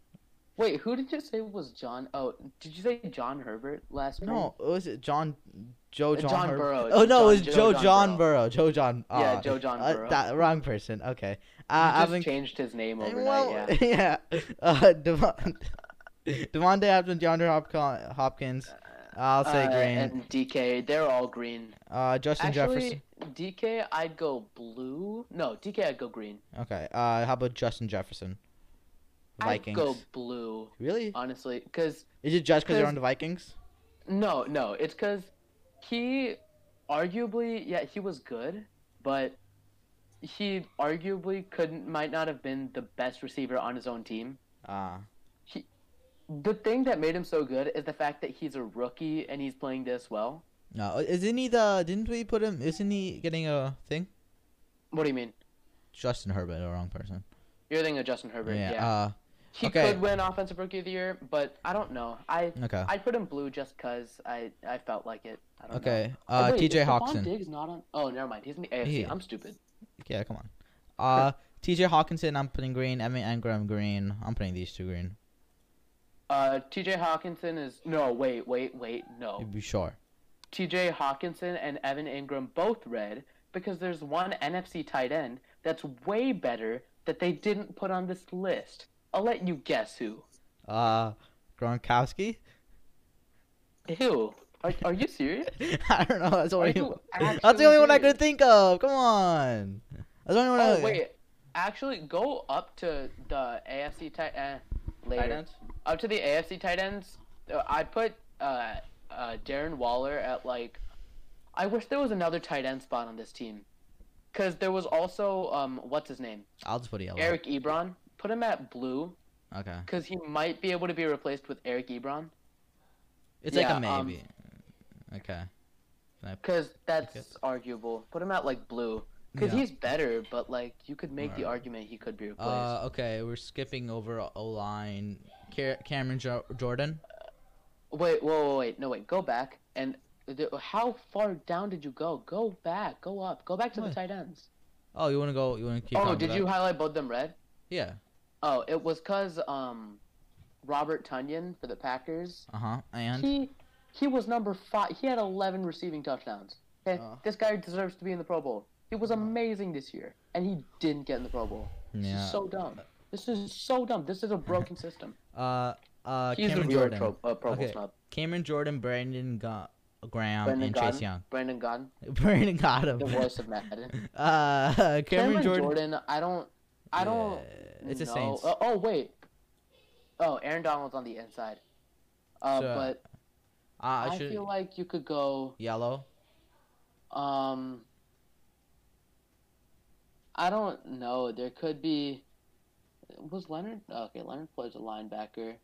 S1: Wait, who did you say was John? Oh, did you say John Herbert last? name?
S2: No, it was John. Joe
S1: Uh,
S2: John.
S1: John
S2: Herb-
S1: Burrow.
S2: Oh no, it was
S1: John- Joe
S2: Joe, John,
S1: John
S2: Burrow. Joe John.
S1: Yeah,
S2: uh,
S1: Joe John
S2: uh,
S1: Burrow.
S2: that- wrong person. Okay. Uh,
S1: He just
S2: Alvin
S1: changed his name
S2: Uh,
S1: overnight.
S2: well,
S1: yeah.
S2: yeah. Uh, Devon, Devontae Adams, DeAndre Hopco- Hopkins. I'll say
S1: Uh,
S2: green.
S1: And DK, they're all green.
S2: uh, Justin Jefferson.
S1: Actually, DK, I'd go blue. No, DK, I'd go green.
S2: Okay. Uh, how about Justin Jefferson? Vikings.
S1: I'd go blue,
S2: Really?
S1: honestly, because
S2: Is it just because they're
S1: there's-
S2: on the Vikings?
S1: no, no, it's because he, arguably, yeah, he was good, but he arguably couldn't, might not have been the best receiver on his own team.
S2: Ah.
S1: The thing that made him so good is the fact that he's a rookie and he's playing this well.
S2: no. Isn't he the? Didn't we put him? Isn't he getting a thing?
S1: What do you mean?
S2: Justin Herbert, the wrong person.
S1: You're thinking of Justin Herbert, yeah.
S2: Yeah. Uh,
S1: he
S2: okay.
S1: could win offensive rookie of the year, but I don't know. I
S2: okay.
S1: I put him blue just cause I I felt like it. I don't Know.
S2: Okay.
S1: Oh,
S2: Uh,
S1: wait,
S2: T.J.
S1: is Stephon
S2: Hawkinson.
S1: Diggs not on. Oh, never mind. He's in the AFC.
S2: He-
S1: I'm stupid.
S2: Yeah, come on. Uh, T.J. Hawkinson, I'm putting green. Emmy Engram, green. I'm putting these two green.
S1: Uh, T.J. Hawkinson is no. Wait, wait, wait. No.
S2: You'd be sure.
S1: T.J. Hawkinson and Evan Ingram both red because there's one NFC tight end that's way better that they didn't put on this list. I'll let you guess who.
S2: Uh, Gronkowski.
S1: Who? Are, are you serious?
S2: I don't know. That's the
S1: Are
S2: only.
S1: you
S2: That's the
S1: actually
S2: only one I
S1: serious?
S2: could think of. Come on. That's the only one.
S1: Oh
S2: I,
S1: wait, actually, go up to the AFC tight eh, later.
S2: Tight ends?
S1: Up to the AFC tight ends. Uh, I put uh, uh, Darren Waller at like. I wish there was another tight end spot on this team, because there was also um what's his name
S2: I'll just put yellow.
S1: Eric Ebron. Put him at blue
S2: Okay.
S1: because he might be able to be replaced with Eric Ebron
S2: It's like a
S1: Yeah, um,
S2: maybe. okay.
S1: because that's
S2: Okay.
S1: arguable. Put him at like blue because
S2: Yeah.
S1: he's better, but like you could make the
S2: Alright.
S1: argument he could be replaced.
S2: Uh, okay, we're skipping over O line. Car- Cameron jo- Jordan.
S1: Wait, whoa, whoa, wait, no, wait, go back. And th- how far down did you go? Go back, go up, go back to
S2: What?
S1: the tight ends.
S2: Oh, you want to go? You want to keep?
S1: oh,
S2: talking
S1: did
S2: about
S1: you
S2: that?
S1: highlight both them red?
S2: Yeah.
S1: Oh, it was cause um, Robert Tunyon for the Packers.
S2: Uh huh. And
S1: He he was number five. He had 11 receiving touchdowns. Okay,
S2: Oh.
S1: this guy deserves to be in the Pro Bowl. He was amazing this year, and he didn't get in the Pro Bowl. This
S2: yeah.
S1: is so dumb. This is so dumb. This is a broken system.
S2: uh, uh,
S1: He's
S2: Cameron
S1: the real
S2: Jordan.
S1: Pro, uh, pro Bowl
S2: Okay.
S1: snub.
S2: Cameron Jordan, Brandon Ga- Graham,
S1: Brandon
S2: and
S1: Godden.
S2: Chase Young.
S1: Brandon Gunn,
S2: Brandon got him.
S1: the voice of Madden.
S2: Uh, Cameron,
S1: Cameron
S2: Jordan.
S1: Jordan, I don't. I don't.
S2: Yeah, it's a
S1: know.
S2: Saints.
S1: Oh, oh, wait. Oh, Aaron Donald's on the inside. Uh,
S2: So,
S1: but
S2: Ah,
S1: I,
S2: I should
S1: feel like you could go.
S2: yellow.
S1: Um. I don't know. There could be. Was Leonard okay? Leonard plays a linebacker.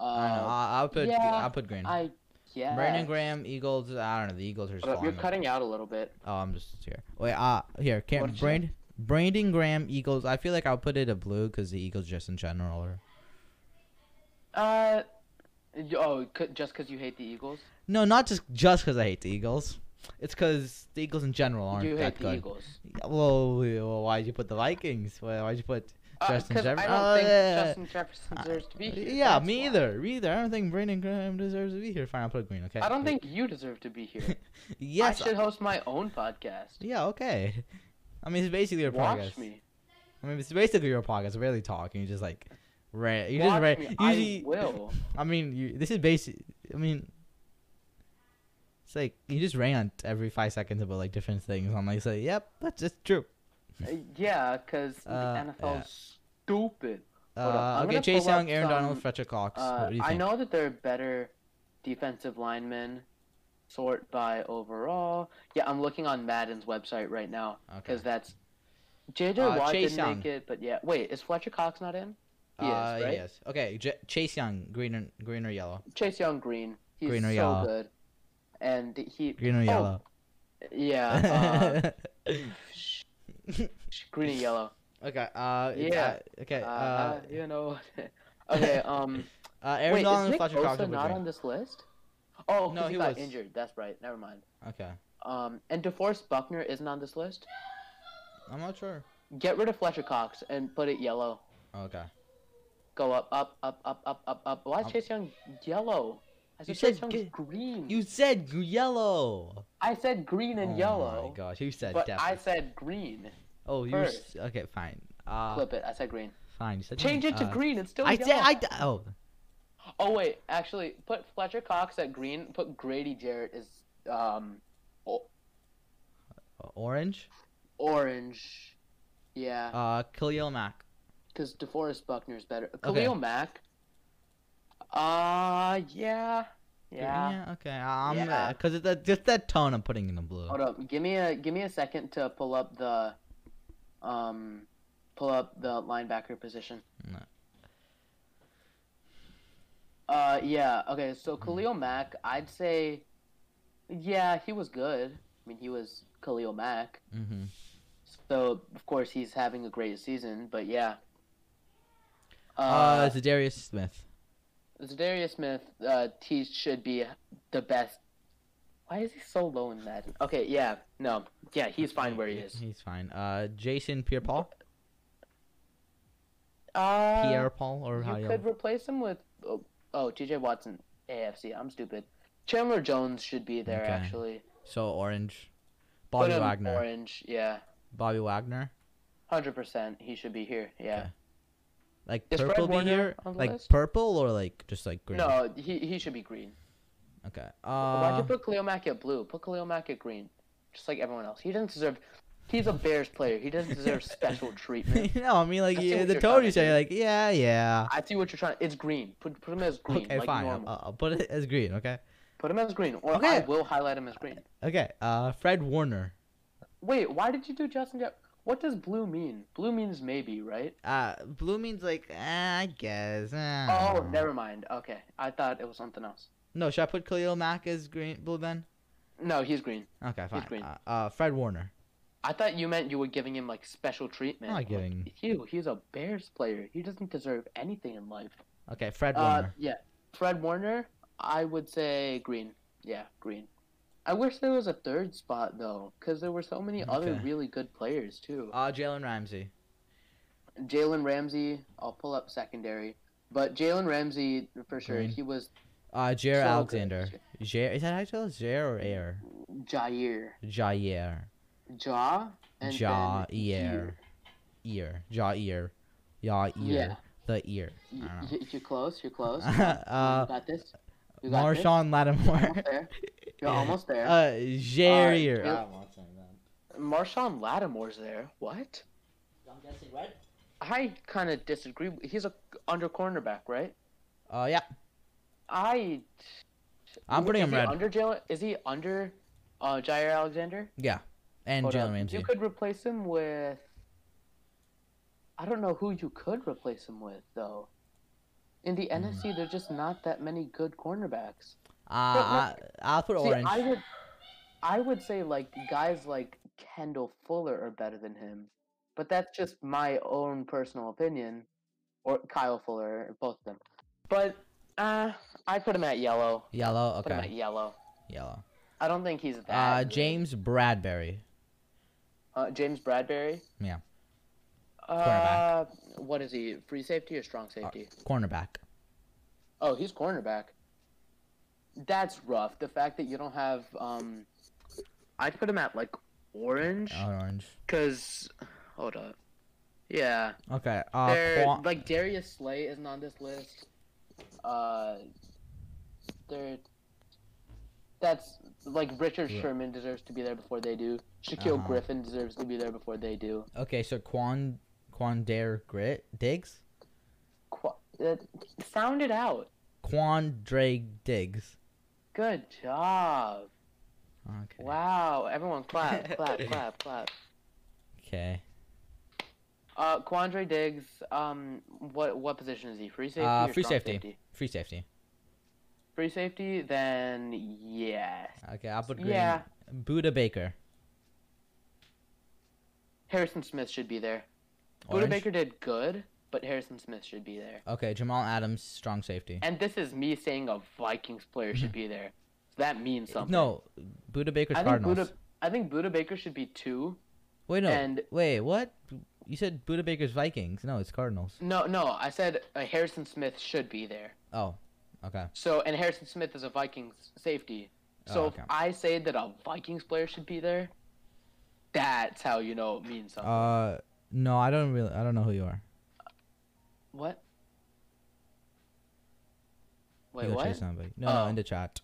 S1: Uh,
S2: I don't know. I, I'll put
S1: yeah,
S2: I'll put green.
S1: I yeah.
S2: Brandon Graham, Eagles. I don't know. The Eagles are just
S1: Hold up,
S2: falling
S1: You're
S2: apart.
S1: cutting out a little bit.
S2: Oh, I'm just here. Wait, uh, here, Cam,
S1: What'd you
S2: Brand, Brandon Graham, Eagles. I feel like I'll put it a blue because the Eagles just in general are.
S1: Uh. y- Oh, c- just because you hate the Eagles,
S2: No, not just just because I hate the Eagles. It's because the Eagles in general aren't
S1: you
S2: that
S1: hate the
S2: good.
S1: Eagles.
S2: Well, we- well, why'd you put the Vikings? Why- Why'd you put
S1: Because
S2: Justin Jefferson?
S1: Uh, I don't
S2: Oh,
S1: think
S2: yeah.
S1: Justin Jefferson
S2: I-
S1: deserves to be here.
S2: Yeah,
S1: that's
S2: me
S1: why.
S2: either. Me either. I don't think Brandon Graham deserves to be here. Fine, I'll put green. Okay.
S1: I don't think you deserve to be here.
S2: Yes. uh,
S1: I should host my own podcast.
S2: Yeah. Okay. I mean, it's basically your
S1: Watch
S2: podcast.
S1: me.
S2: I mean, it's basically your podcast. Barely talking. You just like, rant. You
S1: Watch
S2: just rant.
S1: me.
S2: Usually,
S1: I will.
S2: I mean, you, this is basic. I mean, It's like you just rant every five seconds about like different things. I'm like, so yep, that's just true.
S1: Uh, yeah, because
S2: Uh,
S1: the NFL's
S2: yeah.
S1: stupid. Hold up,
S2: Uh,
S1: I'm
S2: okay,
S1: gonna
S2: Chase
S1: pull up
S2: Young, Aaron Donald,
S1: some,
S2: Fletcher Cox.
S1: Uh,
S2: what do you think?
S1: I know that they're better defensive linemen sort by overall. Yeah, I'm looking on Madden's website right now because
S2: Okay.
S1: that's JJ
S2: Uh,
S1: Watt
S2: Chase
S1: didn't make
S2: Young.
S1: it, but yeah. Wait, is Fletcher Cox not in? He
S2: uh,
S1: is, right?
S2: yes. Okay, J- Chase Young, green or green or yellow?
S1: Chase Young Green. He's
S2: Green or
S1: so
S2: yellow?
S1: good. And he
S2: Green or
S1: Oh,
S2: yellow?
S1: yeah, uh, sh- sh- green and yellow.
S2: okay. Uh, it's,
S1: yeah,
S2: uh, okay.
S1: Uh,
S2: Uh,
S1: uh, you know. okay. Um.
S2: uh, Aaron
S1: wait,
S2: Donald
S1: is
S2: and
S1: Nick
S2: Fletcher Cox. are
S1: Bosa
S2: both
S1: not
S2: green.
S1: on this list? Oh, 'cause
S2: No,
S1: he,
S2: he
S1: got
S2: was.
S1: injured. That's right. Never mind.
S2: Okay,
S1: Um. And DeForest Buckner isn't on this list.
S2: I'm not sure. Oh,
S1: Get rid of Fletcher Cox and put it yellow.
S2: Okay.
S1: Go up, up, up, up, up, up, up. Why is
S2: Up.
S1: Chase Young yellow? I
S2: Um,
S1: said
S2: You
S1: Chase
S2: said
S1: Young's
S2: get-
S1: green.
S2: You said gr- yellow.
S1: I said green and
S2: oh
S1: yellow.
S2: my gosh, you said
S1: But I
S2: definitely.
S1: said green.
S2: oh, you s-
S1: first.
S2: okay? Fine. Uh,
S1: Flip it. I said green.
S2: fine. You said
S1: Change it to
S2: uh,
S1: green. It's still
S2: I
S1: yellow.
S2: said I. d- Oh,
S1: Oh wait, actually, put Fletcher Cox at green. Put Grady Jarrett is um, o-
S2: orange.
S1: orange. Yeah,
S2: Uh, Khalil Mack.
S1: because DeForest Buckner's better. Khalil
S2: Okay.
S1: Mack. Uh yeah, yeah.
S2: Okay. I'm uh,
S1: Yeah.
S2: because it's that just that tone I'm putting in the blue.
S1: Hold up, give me a give me a second to pull up the, um, pull up the linebacker position.
S2: No.
S1: Uh yeah okay so Khalil Mack I'd say, yeah he was good I mean he was Khalil Mack
S2: Mm-hmm.
S1: So of course he's having a great season, but yeah.
S2: Uh,
S1: Uh,
S2: Zadarius Smith.
S1: Zadarius Smith, uh, T should be the best. Why is he so low in Madden? Okay, yeah, no, yeah, he's fine where he is.
S2: He's fine. Uh, Jason Pierre Paul.
S1: Uh,
S2: Pierre Paul or how
S1: you
S2: you?
S1: could replace him with oh, oh T.J. Watson, AFC. I'm stupid. Chandler Jones should be there
S2: Okay.
S1: actually.
S2: So orange.
S1: Put
S2: Bobby
S1: him
S2: Wagner.
S1: orange, yeah,
S2: Bobby Wagner.
S1: hundred percent. He should be here. Yeah.
S2: Okay. Like
S1: Is Fred
S2: purple be
S1: Warner
S2: here?
S1: on the
S2: Like
S1: list?
S2: purple or like just like green?
S1: No, he he should be green.
S2: Okay.
S1: Why'd you
S2: Uh,
S1: put Khalil Mack at blue? Put Khalil Mack at green, just like everyone else. He doesn't deserve. He's a Bears player. He doesn't deserve special treatment.
S2: no, I mean like
S1: I see
S2: yeah,
S1: what
S2: the
S1: you're
S2: tone
S1: trying
S2: you
S1: to
S2: say,
S1: do.
S2: like yeah, yeah.
S1: I see what you're trying. It's green. Put put him as green,
S2: Okay,
S1: like
S2: fine. I'll,
S1: normal.
S2: I'll I'll put it as green. Okay.
S1: put him as green, or I
S2: Okay.
S1: will highlight him as green.
S2: Okay. Uh, Fred Warner.
S1: Wait, why did you do Justin? Jeff- what does blue mean? Blue means maybe, right?
S2: Uh, blue means like eh, I guess. eh, I
S1: Oh,
S2: don't know.
S1: never mind. Okay, I thought it was something else.
S2: No, should I put Khalil Mack as green blue then?
S1: No, he's green.
S2: Okay, fine.
S1: green.
S2: Uh, uh, Fred Warner.
S1: I thought you meant you were giving him like special treatment.
S2: Not
S1: Like,
S2: giving-
S1: Ew, he's a Bears player. He doesn't deserve anything in life.
S2: Okay, Fred
S1: Uh,
S2: Warner.
S1: yeah, Fred Warner. I would say green. Yeah, green. I wish there was a third spot though, because there were so many other
S2: Okay.
S1: really good players too.
S2: Uh, Jalen Ramsey.
S1: Jalen Ramsey. I'll pull up secondary, but Jalen Ramsey for sure.
S2: Green.
S1: He was
S2: Uh, Jair
S1: so good.
S2: Alexander. Jair is that how you spell it? Jair or Air?
S1: Jair,
S2: Jair.
S1: Ja, and
S2: Jaw
S1: then
S2: ear. Ear. Jaw ear. Yaw ear.
S1: Yeah.
S2: The ear.
S1: Y-
S2: I
S1: y- you're close. You're close. You
S2: uh,
S1: got this. You got this.
S2: Marshawn Lattimore.
S1: Almost there. You're almost there.
S2: Uh, Jair
S1: Uh,
S2: ear.
S1: Jalen-
S2: I'm not saying that.
S1: Marshawn Lattimore's there. What?
S2: I'm guessing right.
S1: I kind of disagree. He's a under cornerback, right?
S2: Uh, yeah.
S1: I.
S2: I'm putting
S1: is
S2: him
S1: he
S2: red.
S1: Under Jalen, is he under uh, Jair Alexander?
S2: Yeah. And
S1: Hold
S2: Jalen
S1: up.
S2: Ramsey.
S1: You could replace him with. I don't know who you could replace him with though. In
S2: Mm.
S1: the NFC, there's just not that many good cornerbacks.
S2: Uh, I, I'll put
S1: See,
S2: orange.
S1: I would, I would say like guys like Kendall Fuller are better than him, but that's just my own personal opinion, or Kyle Fuller, both of them. But uh, I put him at yellow.
S2: Yellow.
S1: Put him at
S2: Okay.
S1: yellow.
S2: Yellow.
S1: I don't think he's that.
S2: Uh,
S1: good.
S2: James Bradbury.
S1: Uh, James Bradbury.
S2: Yeah.
S1: Uh, what is he? Free safety or strong safety?
S2: Uh, Cornerback.
S1: Oh, he's cornerback. That's rough. The fact that you don't have um, I'd put him at like orange.
S2: Oh, orange.
S1: Cause, hold up. Yeah,
S2: Okay. Uh,
S1: there.
S2: Quan-
S1: Like Darius Slay isn't on this list. Uh, there. that's like Richard
S2: Yeah.
S1: Sherman deserves to be there before they do. Shaquille
S2: Uh-huh.
S1: Griffin deserves to be there before they do.
S2: Okay, so Quan Quan Dare Grit Diggs?
S1: Qu- uh, sound it out.
S2: Quan Dre Diggs.
S1: Good job.
S2: Okay.
S1: Wow. Everyone clap, clap, clap, clap.
S2: Okay.
S1: Uh, Quandre Diggs. Um, what what position is he? Free safety.
S2: Uh,
S1: or
S2: free
S1: strong
S2: safety. Free safety.
S1: Free safety. Then yes.
S2: Okay, I'll put green.
S1: Yeah.
S2: Buddha Baker.
S1: Harrison Smith should be there. Buda
S2: Orange.
S1: Baker did good, but Harrison Smith should be there.
S2: Okay, Jamal Adams, strong safety.
S1: And this is me saying a Vikings player should be there. that means something.
S2: Mm-hmm. No, Buddha Baker's
S1: I think
S2: Cardinals.
S1: Buda. I think Buda Baker should be two.
S2: Wait, no.
S1: and-
S2: wait, what? You said Buddha Baker's Vikings. No, it's Cardinals.
S1: No, no. I said uh, Harrison Smith should be there.
S2: Oh, okay.
S1: So, and Harrison Smith is a Vikings safety. So
S2: Oh,
S1: if
S2: okay.
S1: I say that a Vikings player should be there, that's how you know it means something.
S2: Uh, no, I don't really. I don't know who you are.
S1: what?
S2: You
S1: Wait,
S2: go
S1: what?
S2: chase somebody. No, no,
S1: Oh.
S2: in the chat.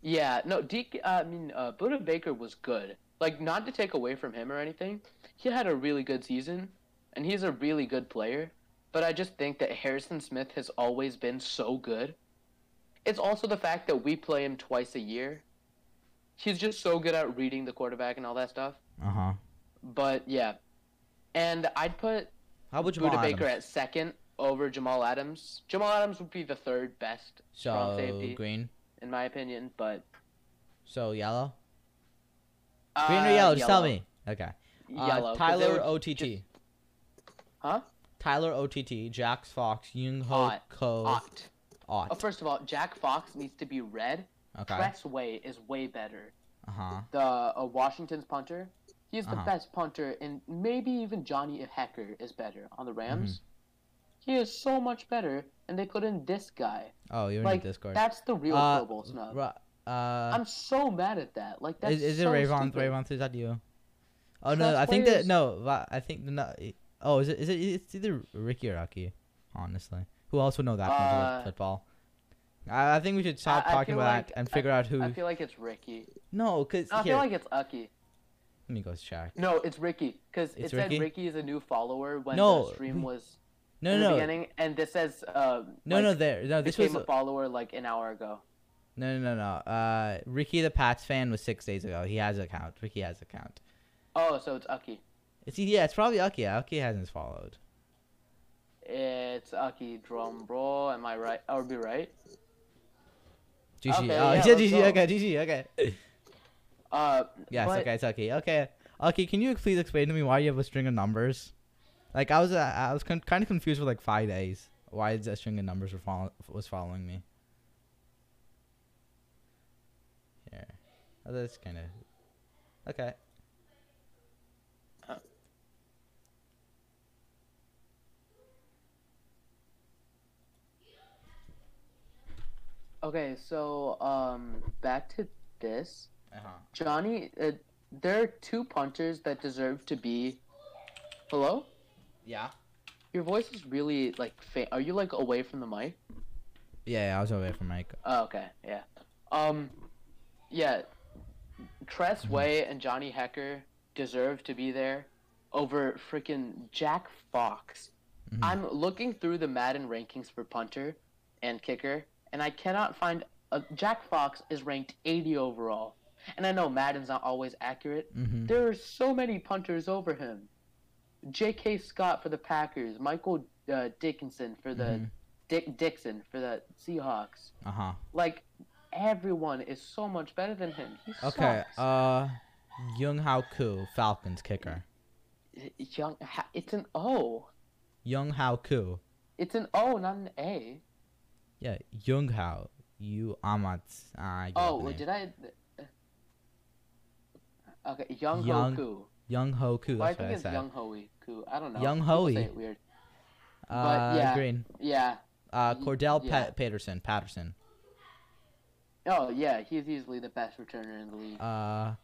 S1: Yeah, no, Deke. Uh, I mean, uh, Buda Baker was good. Like, not to take away from him or anything, he had a really good season, and he's a really good player. But I just think that Harrison Smith has always been so good. It's also the fact that we play him twice a year. He's just so good at reading the quarterback and all that stuff.
S2: Uh huh.
S1: But yeah, and I'd put
S2: How about Jamal
S1: Buda
S2: Adams?
S1: Baker at second over Jamal Adams. Jamal Adams would be the third best, strong
S2: so
S1: safety.
S2: green.
S1: in my opinion. But
S2: So yellow.
S1: uh,
S2: Green or yellow? Just tell me. Okay. Uh,
S1: Yellow, 'cause they
S2: Tyler
S1: would
S2: OTT.
S1: just- Huh?
S2: Tyler OTT. Jax Fox. Young Ho
S1: Ott.
S2: Ko.
S1: Ought. Oh,
S2: Ott.
S1: first of all, Jack Fox needs to be red.
S2: Okay.
S1: Tressway is way better.
S2: Uh huh.
S1: The uh, Washington's punter, he's the
S2: Uh-huh.
S1: best punter, and maybe even Johnny Hecker is better on the Rams.
S2: Mm-hmm.
S1: He is so much better, and they put in this guy.
S2: Oh, you're
S1: like
S2: in the Discord.
S1: that's the real
S2: Uh,
S1: Pro Bowl snub.
S2: Ru- uh,
S1: I'm so mad at that. Like that's
S2: is, is it
S1: so
S2: Rayvon?
S1: stupid.
S2: Rayvon, is that you? Oh no, I think
S1: Trustplayers-
S2: that no, Va- I think no. i- Oh, is it? Is it? It's either Ricky or Rocky. Honestly, who else would know that much about
S1: Uh,
S2: football? I, I think we should stop
S1: I
S2: talking
S1: feel
S2: about
S1: like-
S2: that and figure out who.
S1: I feel like it's Ricky.
S2: no, cause
S1: I
S2: here,
S1: feel like it's Ucky.
S2: let me go check.
S1: No, it's Ricky because it
S2: It's
S1: said
S2: Ricky?
S1: Ricky? is a new follower when
S2: No,
S1: the stream
S2: we-
S1: was
S2: No,
S1: in
S2: no,
S1: the
S2: no,
S1: beginning, and this says uh,
S2: no,
S1: like,
S2: no. There, no. This was
S1: became a follower like an hour ago.
S2: no, no, no, no. Uh, Ricky the Pats fan was six days ago. He has an account. Ricky has an account.
S1: Oh, so it's Ucky.
S2: It's yeah, it's probably Aki. Aki hasn't followed.
S1: It's Ucky drum roll. Am I right? I would be right.
S2: GG.
S1: Okay,
S2: oh,
S1: yeah,
S2: he said
S1: let's
S2: GG.
S1: go.
S2: Okay, GG. Okay.
S1: Uh,
S2: Yes,
S1: but
S2: okay, it's okay. Okay. Okay, can you please explain to me why you have a string of numbers? Like I was uh, I was con- kind of confused for like 5 days why that string of numbers were follow- was following me. Here. Oh, that's kind of Okay.
S1: Uh. okay. So um, back to this.
S2: Uh-huh.
S1: Johnny, uh, there are two punters that deserve to be. Hello,
S2: Yeah.
S1: your voice is really like faint. Are you like away from the mic?
S2: Yeah, yeah, I was away from Mike.
S1: Oh, okay, yeah. Um, yeah. Tress
S2: Mm-hmm.
S1: Way and Johnny Hecker deserve to be there over freaking Jack Fox.
S2: Mhm.
S1: I'm looking through the Madden rankings for punter and kicker, and I cannot find a, Jack Fox is ranked 80 overall. And I know Madden's not always accurate.
S2: Mhm.
S1: There are so many punters over him. J.K. Scott for the Packers, Michael uh, Dickinson for the
S2: Mhm.
S1: Dick Dixon for the Seahawks
S2: Uh-huh.
S1: like everyone is so much better than him. He
S2: Okay.
S1: sucks.
S2: Uh Young Hao Koo, Falcons kicker.
S1: Y- Young, ha- it's an O.
S2: Young Hao Koo.
S1: It's an O, not an A.
S2: Yeah, Young Hao. You Amat. Uh,
S1: Oh, well, did I? uh, Okay, Young
S2: Young-
S1: Hoku.
S2: Young Ho Koo.
S1: Well, I
S2: That's
S1: think
S2: what I
S1: it's
S2: said.
S1: Young Hoey Ku. I don't know.
S2: Young
S1: People
S2: Hoey.
S1: say it weird.
S2: uh,
S1: but yeah.
S2: Green.
S1: Yeah.
S2: Uh,
S1: Y-
S2: Cordell
S1: yeah.
S2: Pat- Patterson. Patterson.
S1: Oh yeah, he's easily the best returner in the league.
S2: Uh,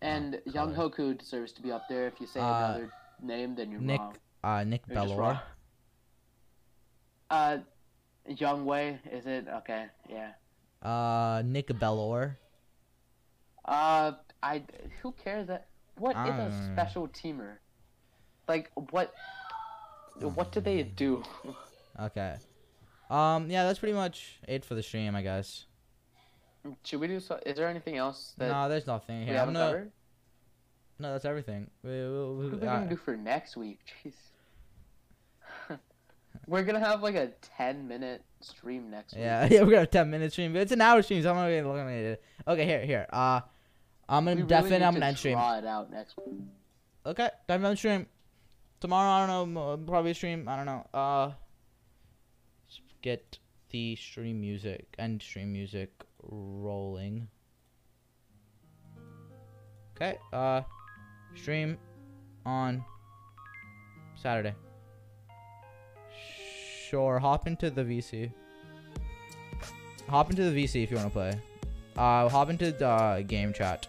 S1: and Young
S2: color.
S1: Hoku deserves to be up there. If you say
S2: Uh,
S1: another name, then you're
S2: Nick.
S1: wrong.
S2: Uh, Nick
S1: You're just
S2: Bellora.
S1: wrong. Uh, Young Way is it? Okay, yeah.
S2: Uh, Nick Bellor.
S1: Uh, I who cares that? What is
S2: I don't
S1: a
S2: know.
S1: special teamer? Like what? What do they do?
S2: Okay. Um, yeah, that's pretty much it for the stream, I guess.
S1: Should we do? So, is there anything else that
S2: no, there's nothing
S1: we
S2: here. I'm
S1: haven't
S2: gonna-
S1: covered?
S2: No, that's everything. We, we, we,
S1: What are we
S2: uh,
S1: gonna do for next week? Jeez. We're gonna have like a ten minute stream next
S2: yeah,
S1: week.
S2: yeah, we're gonna have ten minute stream, but it's an hour stream, so I'm not gonna look at it. Okay, here, here. Uh, I'm
S1: We
S2: gonna
S1: really
S2: definitely
S1: need
S2: I'm
S1: to
S2: gonna end stream.
S1: Draw it out next week.
S2: Okay, definitely end stream. Tomorrow, I don't know, m- probably stream. I don't know. Uh, s- get the stream music and stream music rolling. Okay. Uh, stream on Saturday. Sure, hop into the VC. Hop into the VC if you want to play. Uh, hop into the uh, game chat.